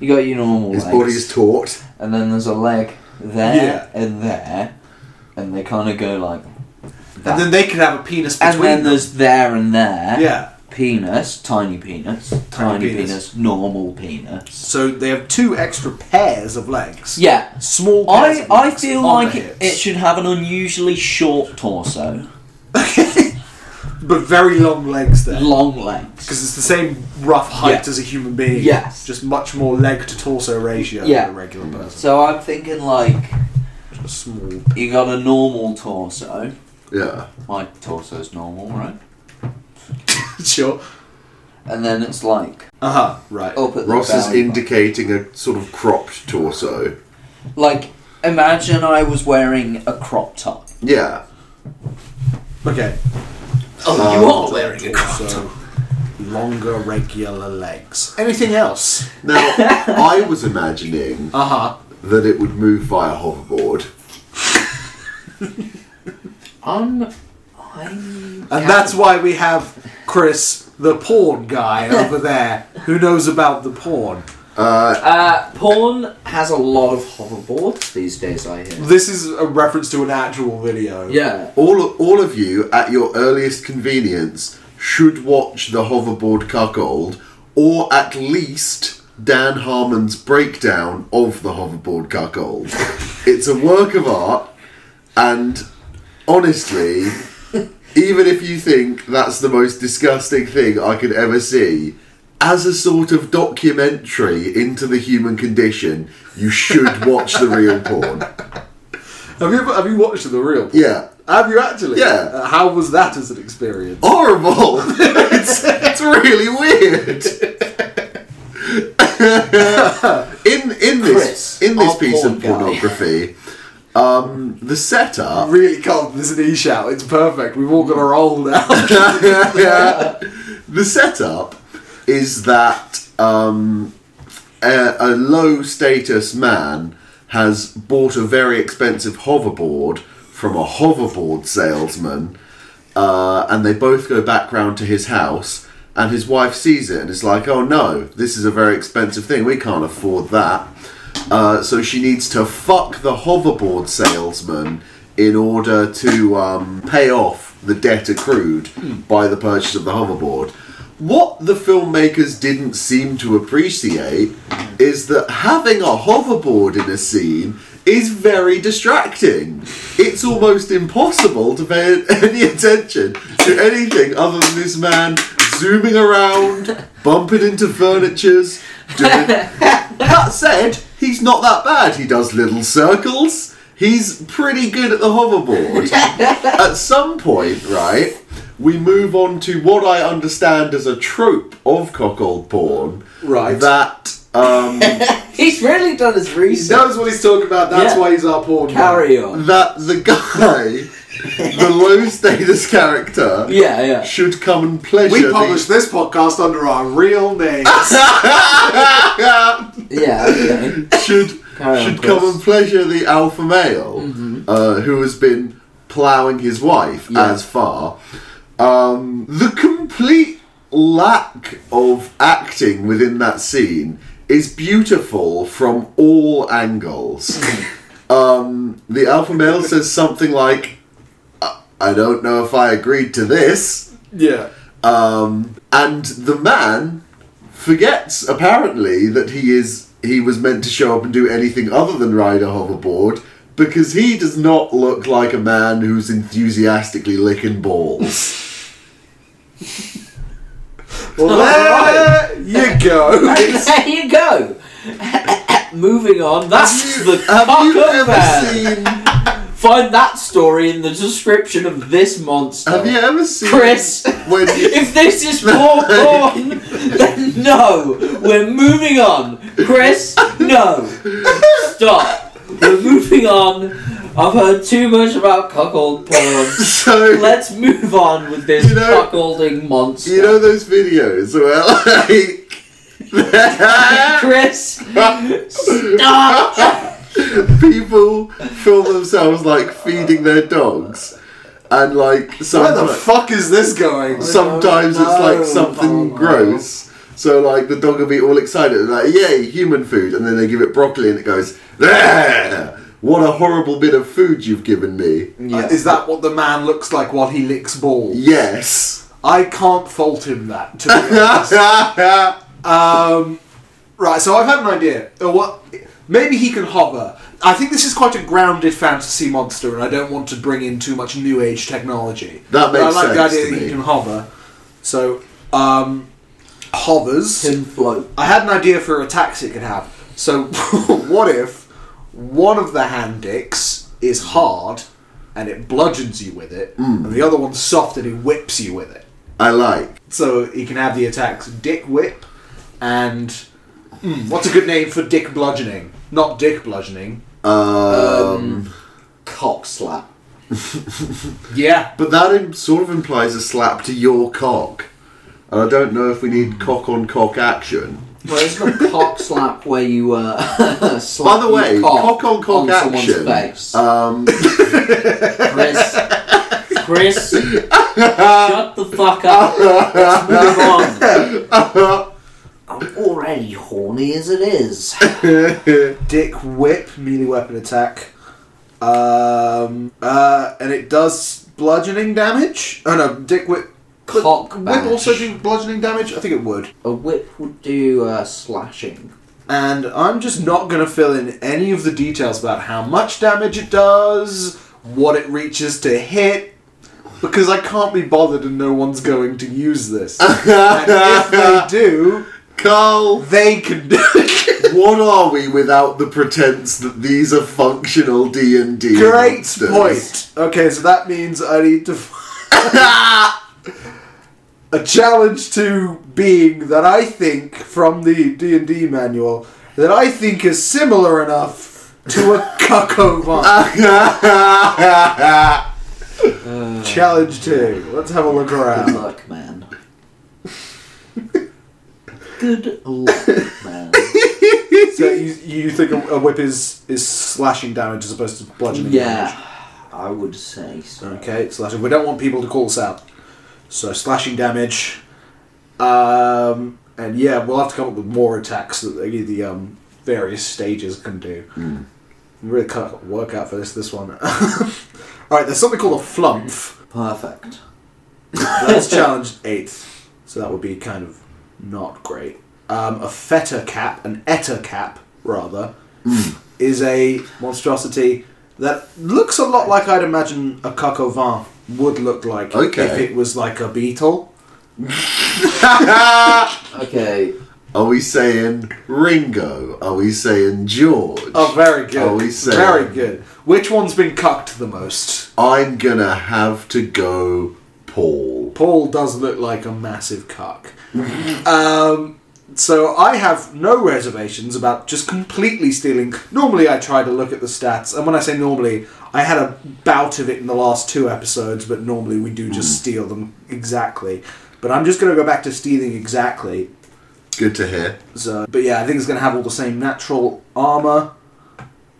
Speaker 2: you got your normal
Speaker 3: His
Speaker 2: legs,
Speaker 3: body is taut.
Speaker 2: and then there's a leg there and there, and they kind of go like that.
Speaker 1: and then they could have a penis between
Speaker 2: And then
Speaker 1: them.
Speaker 2: there's there and there.
Speaker 1: Yeah.
Speaker 2: Penis, tiny penis, tiny,
Speaker 1: penis.
Speaker 2: penis. normal penis.
Speaker 1: So they have two extra pairs of legs.
Speaker 2: Yeah.
Speaker 1: Small pairs
Speaker 2: I,
Speaker 1: of
Speaker 2: I
Speaker 1: legs
Speaker 2: feel
Speaker 1: on
Speaker 2: like
Speaker 1: the
Speaker 2: it,
Speaker 1: hips.
Speaker 2: it should have an unusually short torso.
Speaker 1: but very long legs there.
Speaker 2: long legs.
Speaker 1: Because it's the same rough height
Speaker 2: Yeah.
Speaker 1: as a human being.
Speaker 2: Yes.
Speaker 1: Just much more leg to torso ratio
Speaker 2: Yeah.
Speaker 1: than a regular person.
Speaker 2: So I'm thinking like
Speaker 1: Just a small.
Speaker 2: you got a normal torso.
Speaker 3: Yeah.
Speaker 2: My torso's normal, right?
Speaker 1: sure.
Speaker 2: And then it's like
Speaker 1: Uh huh. Right.
Speaker 2: up at the
Speaker 3: Ross is
Speaker 2: belly
Speaker 3: indicating a sort of cropped torso.
Speaker 2: button. Like imagine I was wearing a crop top.
Speaker 3: Yeah.
Speaker 1: Okay.
Speaker 2: Oh, you are wearing a crop top.
Speaker 1: So longer regular legs. Anything else?
Speaker 3: Now, I was imagining
Speaker 1: Uh huh.
Speaker 3: that it would move via hoverboard.
Speaker 2: I'm. I'm.
Speaker 1: And that's why we have Chris, the porn guy over there, who knows about the porn.
Speaker 2: Uh, porn has a lot of hoverboards these days. I hear.
Speaker 1: This is a reference to an actual video.
Speaker 2: Yeah.
Speaker 3: All, all of you, at your earliest convenience, should watch the hoverboard cuckold, or at least Dan Harmon's breakdown of the hoverboard cuckold. it's a work of art, and honestly, even if you think that's the most disgusting thing I could ever see, as a sort of documentary into the human condition, you should watch the real porn.
Speaker 1: Have you ever, have you watched the real? Porn?
Speaker 3: Yeah.
Speaker 1: Have you actually?
Speaker 3: Yeah.
Speaker 1: Uh, how was that as an experience?
Speaker 3: horrible. it's, it's really weird. in in this
Speaker 2: Chris,
Speaker 3: in this
Speaker 2: our
Speaker 3: piece of
Speaker 2: porn guy.
Speaker 3: pornography, um, the
Speaker 2: Oh.
Speaker 3: setup
Speaker 1: really can't. There's an e shout. It's perfect. We've all got our roll now.
Speaker 3: yeah. The setup is that um, a, a low status man has bought a very expensive hoverboard from a hoverboard salesman, uh, and they both go back round to his house. And his wife sees it and is like, "Oh no, this is a very expensive thing. We can't afford that." Uh, so she needs to fuck the hoverboard salesman in order to um, pay off the debt accrued by the purchase of the hoverboard. What the filmmakers didn't seem to appreciate is that having a hoverboard in a scene is very distracting. It's almost impossible to pay any attention to anything other than this man zooming around, bumping into furnitures, doing that said, he's not that bad. He does little circles. He's pretty good at the hoverboard. at some point, right, we move on to what I understand as a trope of cockold porn.
Speaker 1: Right.
Speaker 3: That um,
Speaker 2: He's really done his
Speaker 1: he
Speaker 2: research.
Speaker 1: knows what he's talking about. That's
Speaker 2: Yeah.
Speaker 1: why he's our porn guy.
Speaker 2: Carry on.
Speaker 3: that the guy, the low status character,
Speaker 2: Yeah, yeah.
Speaker 3: should come and pleasure.
Speaker 1: We
Speaker 3: the-
Speaker 1: publish this podcast under our real names.
Speaker 2: Yeah, okay.
Speaker 3: should
Speaker 2: Carry on,
Speaker 3: should
Speaker 2: Chris. Mm-hmm.
Speaker 3: come and pleasure the alpha male uh, who has been ploughing his wife
Speaker 2: Yeah.
Speaker 3: as far. Um, the complete lack of acting within that scene is beautiful from all angles. um, the alpha male says something like, "I- "I don't know if I agreed to this."
Speaker 1: yeah.
Speaker 3: Um, and the man forgets apparently that he is he was meant to show up and do anything other than ride a hoverboard because he does not look like a man who's enthusiastically licking balls.
Speaker 1: Well, there you go.
Speaker 2: there you go. Moving on. That's the
Speaker 3: Have you
Speaker 2: cock-up
Speaker 3: ever
Speaker 2: man.
Speaker 3: seen?
Speaker 2: Find that story in the description of this monster.
Speaker 3: Have you ever seen?
Speaker 2: Chris.
Speaker 3: when you,
Speaker 2: If this is more porn, then no. We're moving on. Chris, no. Stop. We're moving on. I've heard too much about cuckold porn.
Speaker 3: so
Speaker 2: Let's move on with this
Speaker 3: You know-
Speaker 2: cuckolding monster.
Speaker 3: you know those videos where like.
Speaker 2: Chris, stop.
Speaker 3: people film themselves like feeding their dogs and like
Speaker 1: Where the
Speaker 3: sometimes
Speaker 1: fuck is this going?
Speaker 3: sometimes it's like
Speaker 1: No.
Speaker 3: something gross. So like the dog will be all excited and like, yay, human food, and then they give it broccoli and it goes, there. What a horrible bit of food you've given me.
Speaker 1: Uh, Is that what the man looks like while he licks balls?
Speaker 3: Yes.
Speaker 1: I can't fault him that. To be honest. um, right, so I've had an idea. Uh, what Maybe he can hover. I think this is quite a grounded fantasy monster, and I don't want to bring in too much new age technology.
Speaker 3: That
Speaker 1: But I
Speaker 3: makes
Speaker 1: like the
Speaker 3: sense
Speaker 1: idea
Speaker 3: to
Speaker 1: that he
Speaker 3: me.
Speaker 1: can hover. So, um, hovers.
Speaker 2: Can float.
Speaker 1: I had an idea for attacks it could have. So, what if one of the hand dicks is hard and it bludgeons you with it, and the other one's soft and it whips you with it?
Speaker 3: I like.
Speaker 1: So he can have the attacks Dick Whip and. Mm, what's a good name for Dick Bludgeoning? Not Dick Bludgeoning.
Speaker 3: Um,
Speaker 2: Cock slap.
Speaker 1: Yeah.
Speaker 3: but that im- sort of implies a slap to your cock. And I don't know if we need cock on cock action.
Speaker 2: Well, it's not cock slap where you uh, slap
Speaker 3: By the way,
Speaker 2: your
Speaker 3: cock, on cock
Speaker 2: on
Speaker 3: action.
Speaker 2: someone's face.
Speaker 3: Um,
Speaker 2: Chris, Chris, shut the fuck up. Let's move on. I'm already horny as it is.
Speaker 1: Dick Whip, melee weapon attack. Um, uh, and it does bludgeoning damage? Oh no, Dick Whip. Could
Speaker 2: Cock
Speaker 1: Whip
Speaker 2: bash.
Speaker 1: also do bludgeoning damage? I think it would.
Speaker 2: A whip would do uh, slashing.
Speaker 1: and I'm just not going to fill in any of the details about how much damage it does, what it reaches to hit, because I can't be bothered and no one's going to use this. and if they do,
Speaker 3: Carl,
Speaker 1: they can do it.
Speaker 3: what are we without the pretense that these are functional D and D?
Speaker 1: Great point. Okay, so that means I need to. a challenge to being that I think from the D and D manual that I think is similar enough to a cuckovan. Challenge two. Let's have a look
Speaker 2: Good
Speaker 1: around.
Speaker 2: luck, man. Good luck, man.
Speaker 1: so you, you think a, a whip is is slashing damage as opposed to bludgeoning
Speaker 2: Yeah, I would say so.
Speaker 1: damage? Okay, slashing. We don't want people to call us out. So slashing damage. Um, and yeah, we'll have to come up with more attacks that the, the um, various stages can do.
Speaker 2: Hmm.
Speaker 1: We really can't work out for this this one. Alright, there's something called a flumph.
Speaker 2: Perfect.
Speaker 1: That's challenged eighth, so that would be kind of not great. Um, a feta cap, an eta cap rather,
Speaker 3: Hmm.
Speaker 1: is a monstrosity that looks a lot like I'd imagine a coq au vin would look like
Speaker 3: Okay.
Speaker 1: if it was like a beetle.
Speaker 2: Okay,
Speaker 3: Are we saying Ringo? Are we saying George?
Speaker 1: Oh, very good.
Speaker 3: Are we saying-
Speaker 1: Very good. Which one's been cucked the most?
Speaker 3: I'm gonna have to go Paul.
Speaker 1: Paul does look like a massive cuck. um, so I have no reservations about just completely stealing. Normally, I try to look at the stats, and when I say normally, I had a bout of it in the last two episodes, but normally we do just steal them exactly. But I'm just going to go back to stealing exactly.
Speaker 3: Good to hear.
Speaker 1: So, but yeah, I think it's going to have all the same natural armor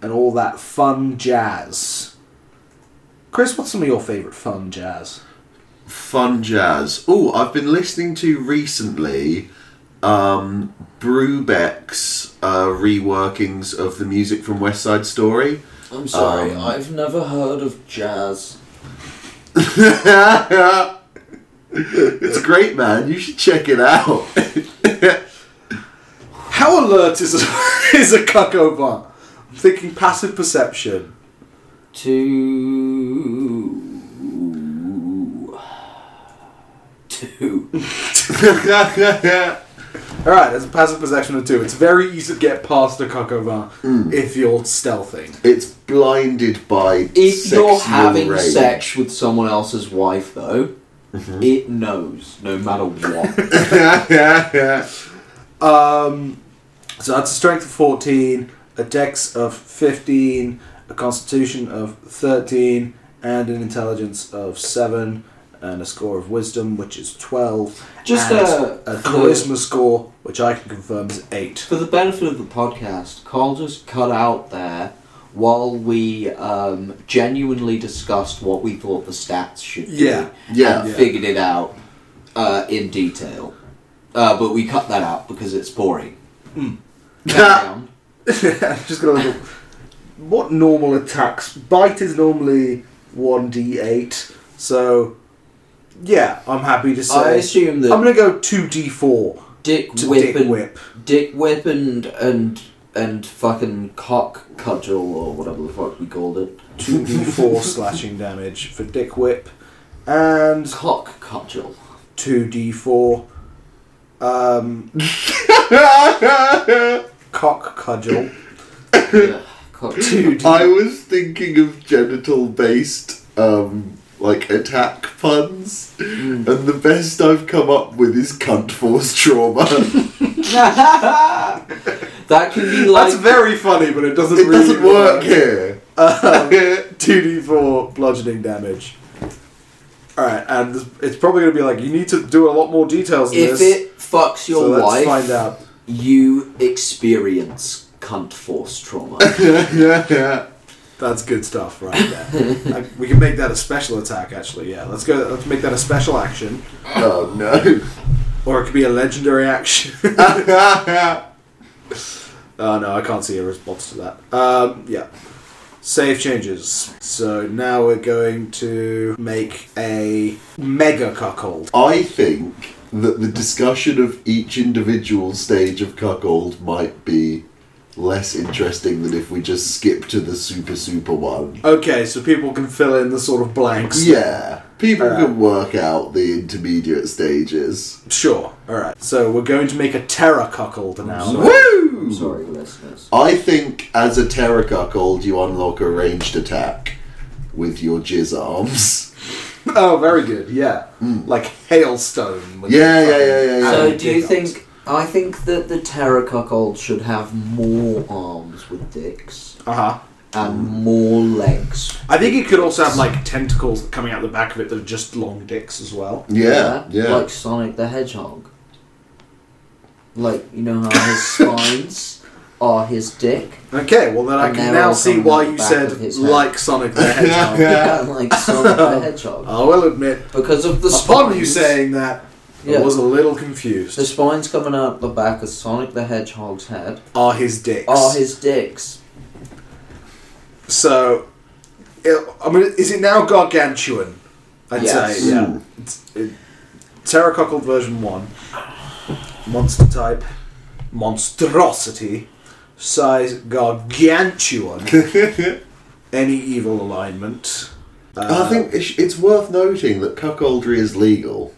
Speaker 1: and all that fun jazz. Chris, what's some of your favorite fun jazz?
Speaker 3: Fun jazz. Oh, I've been listening to recently um, Brubeck's uh, reworkings of the music from West Side Story.
Speaker 2: I'm sorry,
Speaker 3: Um,
Speaker 2: I've never heard of jazz.
Speaker 3: it's great, man. You should check it out.
Speaker 1: How alert is a, is a cuckover? I'm thinking passive perception.
Speaker 2: Two. Two.
Speaker 1: Alright, there's a passive perception of two. It's very easy to get past a cuckover
Speaker 2: Mm.
Speaker 1: if you're stealthing.
Speaker 3: it's blinded by
Speaker 2: If
Speaker 3: sexual
Speaker 2: you're having
Speaker 3: rage.
Speaker 2: sex with someone else's wife, though, it knows no matter what.
Speaker 1: Um, so that's a strength of 14, a dex of 15, a constitution of 13, and an intelligence of 7, and a score of wisdom, which is 12.
Speaker 2: Just
Speaker 1: and
Speaker 2: a-
Speaker 1: a charisma score, which I can confirm is 8.
Speaker 2: For the benefit of the podcast, Carl just cut out there while we um, genuinely discussed what we thought the stats should be.
Speaker 1: Yeah.
Speaker 3: Yeah.
Speaker 2: and figured it out uh, in detail. Uh, but we cut that out because it's boring. Carry on.
Speaker 1: just gonna look up what normal attacks. Bite is normally one d eight, so yeah, I'm happy to say.
Speaker 2: I assume that
Speaker 1: I'm gonna go two d four
Speaker 2: Dick
Speaker 1: to
Speaker 2: Whip
Speaker 1: Dick
Speaker 2: and
Speaker 1: Whip.
Speaker 2: Dick Whip and and and fucking cock cudgel or whatever the fuck we called it.
Speaker 1: 2d4 slashing damage for Dick Whip, and
Speaker 2: Cock cudgel.
Speaker 1: 2d4 um, cock cudgel.
Speaker 2: yeah, cock
Speaker 1: Dude.
Speaker 3: I was thinking of genital based um like attack puns and the best I've come up with is cunt force trauma. it
Speaker 2: that can be like
Speaker 5: That's very funny, but it doesn't really
Speaker 3: doesn't work here.
Speaker 1: Um, 2d4 bludgeoning damage. Alright, and this- it's probably going to be like, you need to do a lot more details in
Speaker 2: if
Speaker 1: this.
Speaker 2: it fucks your
Speaker 1: so let's
Speaker 2: wife,
Speaker 1: find out.
Speaker 2: you experience cunt force trauma.
Speaker 3: yeah, yeah.
Speaker 1: That's good stuff right there. I, we can make that a special attack, actually. Yeah, let's go. Let's make that a special action.
Speaker 3: Oh no.
Speaker 1: Or it could be a legendary action. Uh, no, I can't see a response to that. Um, yeah. Save changes. So now we're going to make a mega cuckold.
Speaker 3: I think that the discussion of each individual stage of cuckold might be less interesting than if we just skip to the super super one.
Speaker 1: Okay, so people can fill in the sort of blanks.
Speaker 3: Yeah, people
Speaker 1: Alright.
Speaker 3: can work out the intermediate stages.
Speaker 1: Sure. All right. So we're going to make a terror cuckold now.
Speaker 3: Woo!
Speaker 2: I'm sorry, listeners.
Speaker 3: I think as a terror cuckold, you unlock a ranged attack with your jizz arms.
Speaker 1: Oh, very good. Yeah.
Speaker 2: Hmm.
Speaker 1: Like hailstone. with
Speaker 3: Yeah,
Speaker 1: the
Speaker 3: yeah, yeah,
Speaker 1: fucking
Speaker 3: yeah, yeah.
Speaker 2: So,
Speaker 1: arrow
Speaker 2: do you
Speaker 1: Ah, dick arms.
Speaker 2: think? I think that the terror cuckold should have more arms with dicks
Speaker 1: Uh-huh.
Speaker 2: and more legs.
Speaker 1: I think it could also have like tentacles coming out the back of it that are just long dicks as well.
Speaker 3: Yeah, yeah.
Speaker 2: Like Sonic the Hedgehog. Like you know how his spines are his dick.
Speaker 1: Okay, well then I
Speaker 2: And
Speaker 1: can
Speaker 2: they're
Speaker 1: now
Speaker 2: all
Speaker 1: see
Speaker 2: coming
Speaker 1: why
Speaker 2: out the
Speaker 1: you
Speaker 2: back
Speaker 1: said
Speaker 2: of his head.
Speaker 1: like Sonic the Hedgehog.
Speaker 2: Yeah, like Sonic the Hedgehog.
Speaker 1: I will admit,
Speaker 2: Because of the
Speaker 1: upon you
Speaker 2: spines-
Speaker 1: saying that,
Speaker 2: Yeah.
Speaker 1: I was a little confused.
Speaker 2: The spines coming out the back of Sonic the Hedgehog's head
Speaker 1: Are his dicks?
Speaker 2: are his dicks.
Speaker 1: so, it, I mean, is it now gargantuan? I'd
Speaker 2: Yes.
Speaker 1: say, yeah.
Speaker 3: Mm.
Speaker 1: It's, it, Terracockled version one, monster type, monstrosity, size gargantuan, any evil alignment. Uh,
Speaker 3: I think it's, it's worth noting that cuckoldry is legal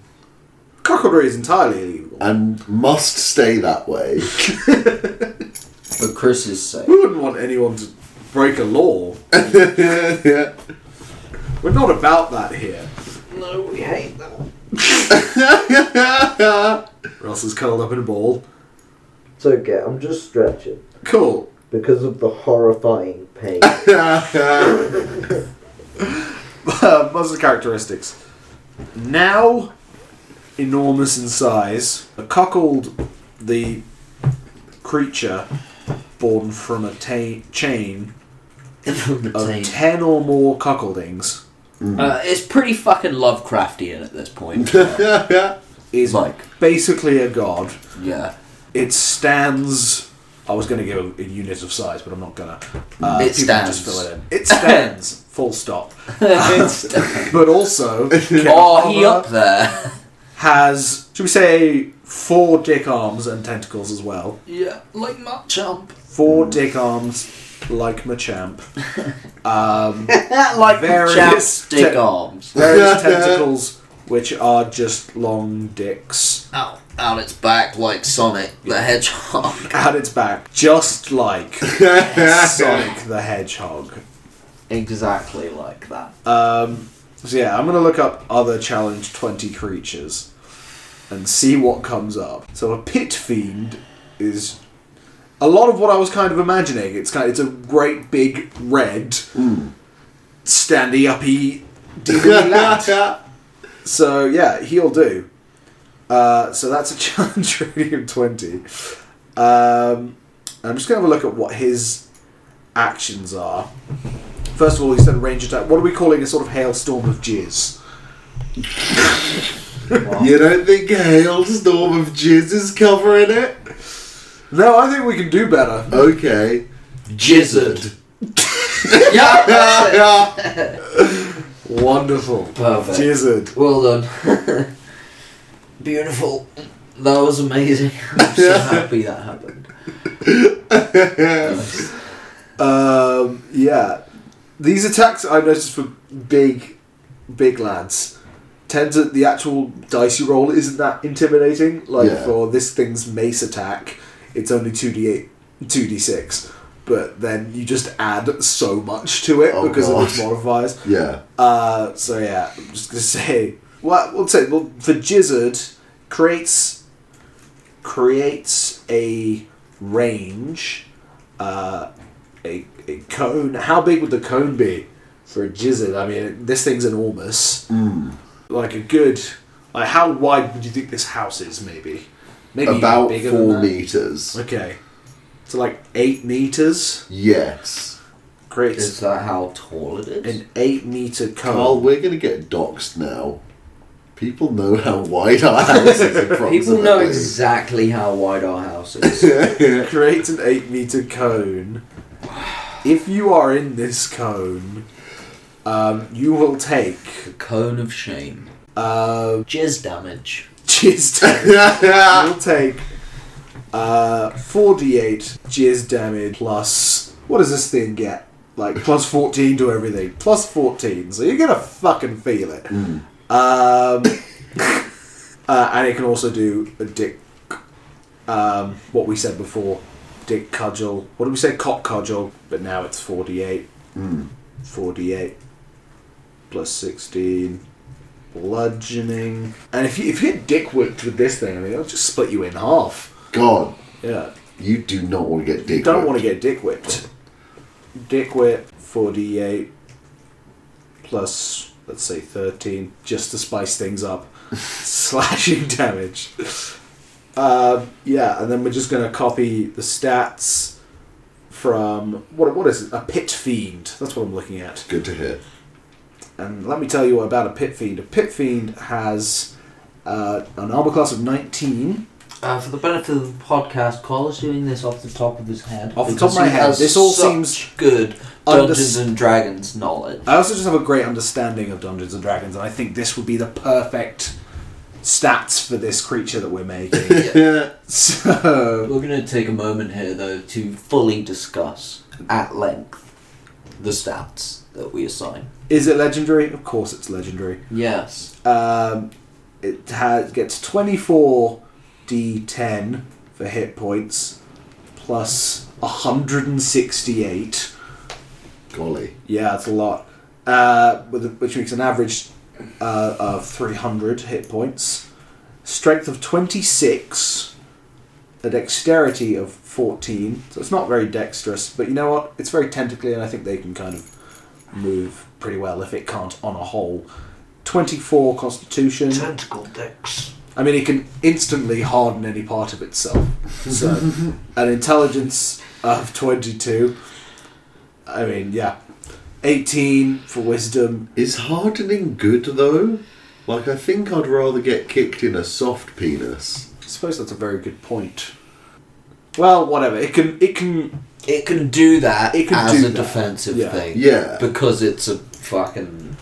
Speaker 1: Cockleberry is entirely illegal.
Speaker 3: and must stay that way.
Speaker 2: For Chris's sake.
Speaker 1: We wouldn't want anyone to break a law.
Speaker 3: yeah.
Speaker 1: We're not about that here.
Speaker 4: No, we hate them.
Speaker 1: Russ is curled up in a ball.
Speaker 4: It's okay, I'm just stretching
Speaker 1: Cool.
Speaker 4: because of the horrifying pain.
Speaker 1: Uh, Monster characteristics. Now, enormous in size, a cuckold, the creature born from a ta- chain of ten or more cuckoldings
Speaker 2: Uh, it's pretty fucking Lovecraftian at this point.
Speaker 1: is
Speaker 2: Like.
Speaker 1: basically a god.
Speaker 2: yeah.
Speaker 1: It stands. I was going to give a, a unit of size, but I'm not going to. Uh,
Speaker 2: It
Speaker 1: people can Just
Speaker 2: stands.
Speaker 1: fill it in. It stands. full stop. But also, can
Speaker 2: oh, he
Speaker 1: hover,
Speaker 2: up there.
Speaker 1: has should we say four dick arms and tentacles as well?
Speaker 2: yeah, like Machamp.
Speaker 1: Four dick arms, like Machamp. Um,
Speaker 2: like
Speaker 1: Various
Speaker 2: Machamp's dick
Speaker 1: te-
Speaker 2: arms.
Speaker 1: various tentacles which are just long dicks
Speaker 2: Out, out its back like Sonic the Hedgehog.
Speaker 1: at its back, just like Sonic the Hedgehog.
Speaker 2: exactly like that.
Speaker 1: Um, so yeah, I'm gonna look up other challenge twenty creatures and see what comes up. So a pit fiend is a lot of what I was kind of imagining. It's kind, it's a great big red standy uppy demon lad. So yeah, he'll do. Uh, so that's a challenge rating of twenty. Um, I'm just gonna have a look at what his actions are. First of all, you said range attack. What are we calling a sort of hailstorm of jizz?
Speaker 3: You don't think a hailstorm of jizz is covering it?
Speaker 1: No, I think we can do better.
Speaker 3: Okay.
Speaker 2: Jizzard. yeah, that's it.
Speaker 1: Wonderful.
Speaker 2: Perfect.
Speaker 1: Jizzard.
Speaker 2: Well done. Beautiful. That was amazing. I'm so happy that happened.
Speaker 1: Um, yeah. These attacks I've noticed for big, big lads tend to the actual dicey roll isn't that intimidating. Like
Speaker 3: Yeah.
Speaker 1: for this thing's mace attack, it's only two d eight, two d six, but then you just add so much to it
Speaker 3: Oh,
Speaker 1: because of its
Speaker 3: God.
Speaker 1: modifiers.
Speaker 3: yeah.
Speaker 1: Uh, so yeah, I'm just gonna say. Well, we'll say. Well, the Jizzard creates creates a range, uh, a, a cone. How big would the cone be for a Jizzard? I mean, this thing's enormous.
Speaker 3: Hmm.
Speaker 1: Like a good. Like how wide would you think this house is? Maybe. Maybe even
Speaker 3: About
Speaker 1: bigger than
Speaker 3: four
Speaker 1: that.
Speaker 3: meters.
Speaker 1: Okay. So like eight meters
Speaker 3: Yes.
Speaker 1: creates
Speaker 2: Is that how tall it is?
Speaker 1: an eight meter cone.
Speaker 3: Carl, we're going to get doxxed now. People know how wide our house is approximately.
Speaker 2: People know exactly how wide our house is.
Speaker 1: create an eight meter cone. If you are in this cone, um, you will take
Speaker 2: the cone of shame.
Speaker 1: uh,
Speaker 2: Jizz damage.
Speaker 1: jizz. Damage.
Speaker 3: exactly.
Speaker 1: You'll take uh, forty-eight jizz damage plus. What does this thing get? Like plus fourteen to everything. Plus fourteen, so you're gonna fucking feel it. Um, uh, and it can also do a dick. Um, what we said before, dick cudgel. What did we say? Cock cudgel. But now it's forty-eight. Forty-eight plus sixteen. Bludgeoning. And if you if you hit dick whipped with this thing, I mean, it'll just split you in half.
Speaker 3: God,
Speaker 1: Yeah.
Speaker 3: you do not want to get dick.
Speaker 1: You don't want to get dick whipped. Dick whip, 48 plus, let's say 13, just to spice things up. Slashing damage. Um, yeah, and then we're just going to copy the stats from, what, what is it? A pit fiend. That's what I'm looking at.
Speaker 3: Good to hear.
Speaker 1: And let me tell you about a pit fiend. A pit fiend has uh, an armor class of 19.
Speaker 2: Uh, for the benefit of the podcast, Carl is doing this off the top of his head.
Speaker 1: Off the
Speaker 2: because
Speaker 1: top of my
Speaker 2: he
Speaker 1: head,
Speaker 2: has
Speaker 1: this all
Speaker 2: such
Speaker 1: seems
Speaker 2: good
Speaker 1: under-
Speaker 2: Dungeons and Dragons knowledge.
Speaker 1: I also just have a great understanding of Dungeons and Dragons, and I think this would be the perfect stats for this creature that we're making.
Speaker 3: Yeah.
Speaker 1: so,
Speaker 2: We're going to take a moment here, though, to fully discuss at length the stats that we assign.
Speaker 1: is it legendary? Of course, it's legendary.
Speaker 2: Yes.
Speaker 1: Um, it has, gets twenty four d10 for hit points, plus hundred and sixty eight.
Speaker 3: Golly.
Speaker 1: Yeah, it's a lot. Uh, with a, which makes an average uh, of 300 hit points. Strength of 26. A dexterity of 14. So it's not very dexterous, but you know what? It's very tentacly, and I think they can kind of move pretty well if it can't on a whole. 24 constitution.
Speaker 2: Tentacle decks.
Speaker 1: I mean, it can instantly harden any part of itself. So, an intelligence of 22. I mean, yeah. 18 for wisdom.
Speaker 3: Is hardening good though? Like, I think I'd rather get kicked in a soft penis.
Speaker 1: I suppose that's a very good point. Well, whatever. It can. It can.
Speaker 2: It can do that
Speaker 1: It can
Speaker 2: as
Speaker 1: do
Speaker 2: a
Speaker 1: that.
Speaker 2: defensive
Speaker 1: Yeah.
Speaker 2: thing.
Speaker 3: Yeah.
Speaker 2: Because it's a fucking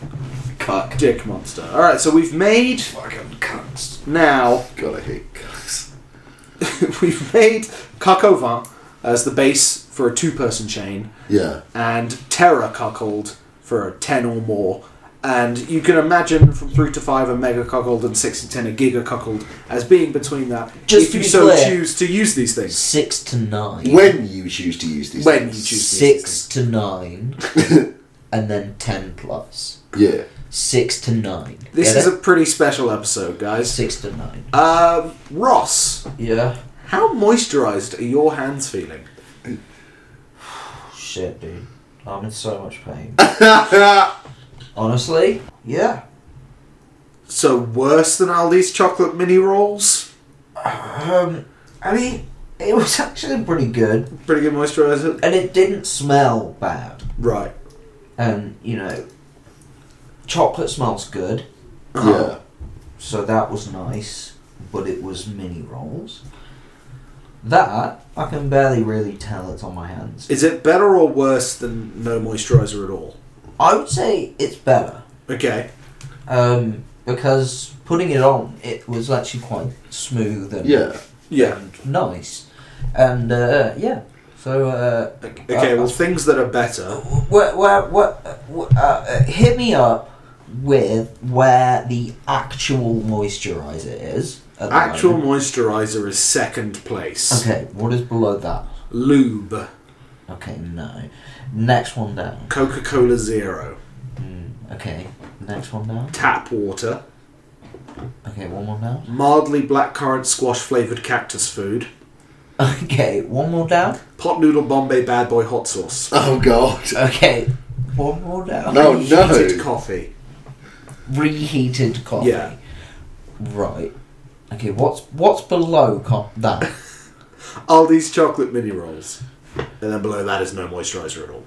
Speaker 2: cuck.
Speaker 1: Dick monster. Alright, so we've made.
Speaker 2: Fucking cucks.
Speaker 1: Now.
Speaker 3: God, I hate cucks.
Speaker 1: we've made Carcovan as the base for a two person chain.
Speaker 3: Yeah.
Speaker 1: and Terra Cuckold for 10 or more. And you can imagine from 3 to 5 a Mega Cuckold and 6 to 10 a Giga Cuckold as being between that
Speaker 2: Just
Speaker 1: if
Speaker 2: to
Speaker 1: you
Speaker 2: be
Speaker 1: so
Speaker 2: clear.
Speaker 1: choose to use these things.
Speaker 2: Six to nine.
Speaker 3: When you choose to use these.
Speaker 1: When you
Speaker 3: things.
Speaker 1: choose to use
Speaker 2: Six to nine. and then ten plus.
Speaker 3: Yeah.
Speaker 2: Six to nine.
Speaker 1: This
Speaker 2: Get
Speaker 1: is
Speaker 2: it?
Speaker 1: a pretty special episode, guys.
Speaker 2: six to nine.
Speaker 1: Um, Ross,
Speaker 2: Yeah.
Speaker 1: how moisturised are your hands feeling?
Speaker 2: Shit, dude. I'm in so much pain. Honestly? Yeah.
Speaker 1: So worse than Aldi's chocolate mini rolls?
Speaker 2: Um, I mean, it was actually pretty good,
Speaker 1: Pretty good moisturiser.
Speaker 2: and it didn't smell bad.
Speaker 1: Right.
Speaker 2: And you know, chocolate smells good,
Speaker 3: Yeah.
Speaker 2: so that was nice. But it was mini rolls. That I can barely really tell it's on my hands.
Speaker 1: Is it better or worse than no moisturiser at all?
Speaker 2: I would say it's better.
Speaker 1: Okay.
Speaker 2: Um, because putting it on, it was actually quite smooth and
Speaker 3: Yeah.
Speaker 1: Yeah.
Speaker 2: and nice. and uh, yeah. So uh,
Speaker 1: Okay, well, things that are better.
Speaker 2: where, where, where, uh, uh, hit me up with where the actual moisturizer is. at the
Speaker 1: Actual
Speaker 2: moment.
Speaker 1: moisturizer is second place.
Speaker 2: Oh, Okay, what is below that?
Speaker 1: Lube,
Speaker 2: Okay, no. Next one down.
Speaker 1: Coca Cola Zero,
Speaker 2: Okay, next one down.
Speaker 1: tap water,
Speaker 2: Okay, one more down.
Speaker 1: mildly blackcurrant squash flavored cactus food,
Speaker 2: Okay, one more down.
Speaker 1: pot noodle Bombay Bad Boy hot sauce,
Speaker 3: Oh god.
Speaker 2: Okay, one more down.
Speaker 3: No. Oh,
Speaker 1: heated coffee.
Speaker 2: Reheated coffee.
Speaker 1: Yeah.
Speaker 2: Right. Okay, what's what's below co- that?
Speaker 1: Aldi's chocolate mini rolls. And then below that is no moisturiser at all.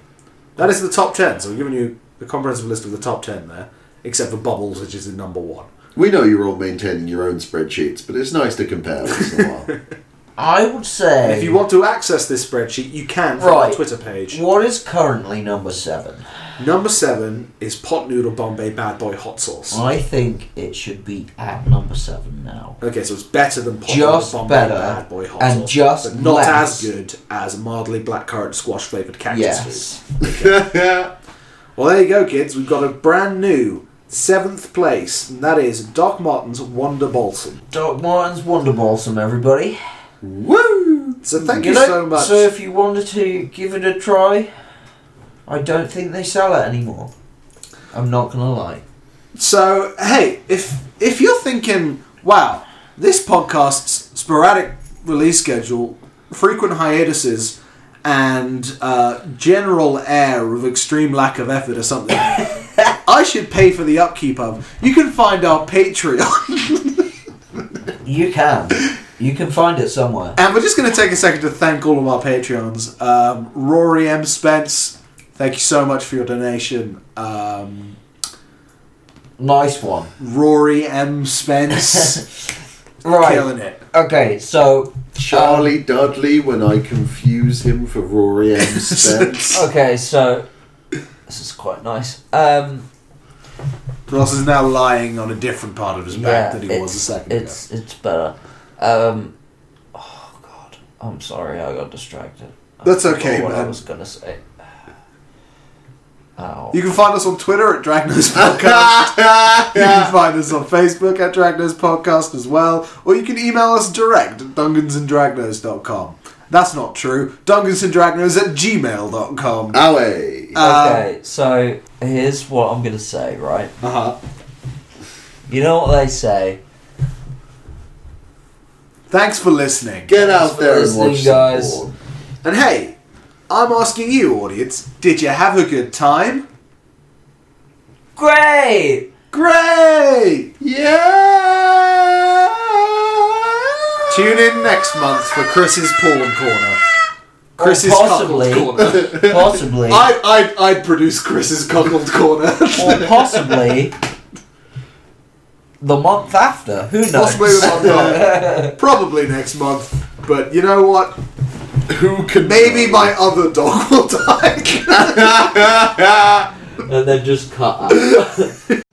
Speaker 1: That is the top 10, so we've given you a comprehensive list of the top 10 there, except for Bubbles, which is in number one.
Speaker 3: We know you're all maintaining your own spreadsheets, but it's nice to compare once in a while.
Speaker 2: I would say.
Speaker 1: If you want to access this spreadsheet, you can from
Speaker 2: Right.
Speaker 1: our Twitter page.
Speaker 2: What is currently number seven?
Speaker 1: Number seven is Pot Noodle Bombay Bad Boy Hot Sauce.
Speaker 2: I think it should be at number seven now.
Speaker 1: Okay, so it's better than Pot
Speaker 2: Just
Speaker 1: Noodle Bombay
Speaker 2: better
Speaker 1: Bad Boy Hot
Speaker 2: and
Speaker 1: Sauce.
Speaker 2: just
Speaker 1: but not
Speaker 2: less.
Speaker 1: as good as mildly blackcurrant squash flavoured cactus food.
Speaker 2: Yes.
Speaker 1: Well, there you go, kids. We've got a brand new seventh place, and that is Doc Martens Wonder Balsam.
Speaker 2: Doc Martens Wonder Balsam, everybody.
Speaker 3: Woo!
Speaker 1: So thank you
Speaker 2: know,
Speaker 1: so much.
Speaker 2: So if you wanted to give it a try, I don't think they sell it anymore. I'm not gonna lie.
Speaker 1: So hey, if if you're thinking, wow, this podcast's sporadic release schedule, frequent hiatuses, and uh, general air of extreme lack of effort or something, I should pay for the upkeep of. You can find our Patreon,
Speaker 2: You can. You can find it somewhere.
Speaker 1: and we're just going to take a second to thank all of our Patreons. Um, Rory M. Spence, thank you so much for your donation. Um,
Speaker 2: Nice one.
Speaker 1: Rory M. Spence,
Speaker 2: Right.
Speaker 1: killing it.
Speaker 2: Okay, so
Speaker 3: Charlie Dudley when I confuse him for Rory M. Spence.
Speaker 2: Okay, so this is quite nice. Um
Speaker 1: Ross is now lying on a different part of his back than he was a
Speaker 2: it's-
Speaker 1: second
Speaker 2: It's it's better. Um, oh god, I'm sorry, I got distracted. I
Speaker 1: That's
Speaker 2: forgot
Speaker 1: okay,
Speaker 2: What I
Speaker 1: man.
Speaker 2: was gonna say. Ow.
Speaker 1: ago. You can find us on Twitter at Dragnose Podcast. you can find us on Facebook at Dragnose Podcast as well. Or you can email us direct at dungansanddragnose.com. That's not true. Dungansanddragnose at gmail.com.
Speaker 3: Alley.
Speaker 1: um,
Speaker 2: okay, so here's what I'm gonna say, right?
Speaker 1: Uh-huh.
Speaker 2: You know what they say.
Speaker 1: Thanks for listening.
Speaker 3: Get out
Speaker 2: for
Speaker 3: there and
Speaker 2: listening,
Speaker 3: watch some
Speaker 2: guys.
Speaker 3: porn.
Speaker 1: And hey, I'm asking you, audience, did you have a good time?
Speaker 2: Great.
Speaker 1: Great!
Speaker 3: Yeah!
Speaker 1: Tune in next month for Chris's Porn Corner.
Speaker 2: Or
Speaker 1: Chris's
Speaker 2: possibly,
Speaker 1: Cuckold Corner.
Speaker 2: possibly,
Speaker 1: I, I'd, I'd produce Chris's cockled corner.
Speaker 2: or possibly. The month after, who knows?
Speaker 1: Possibly the month after. Probably next month. But you know what?
Speaker 3: Who can
Speaker 1: Maybe my other dog will die.
Speaker 2: and then just cut out.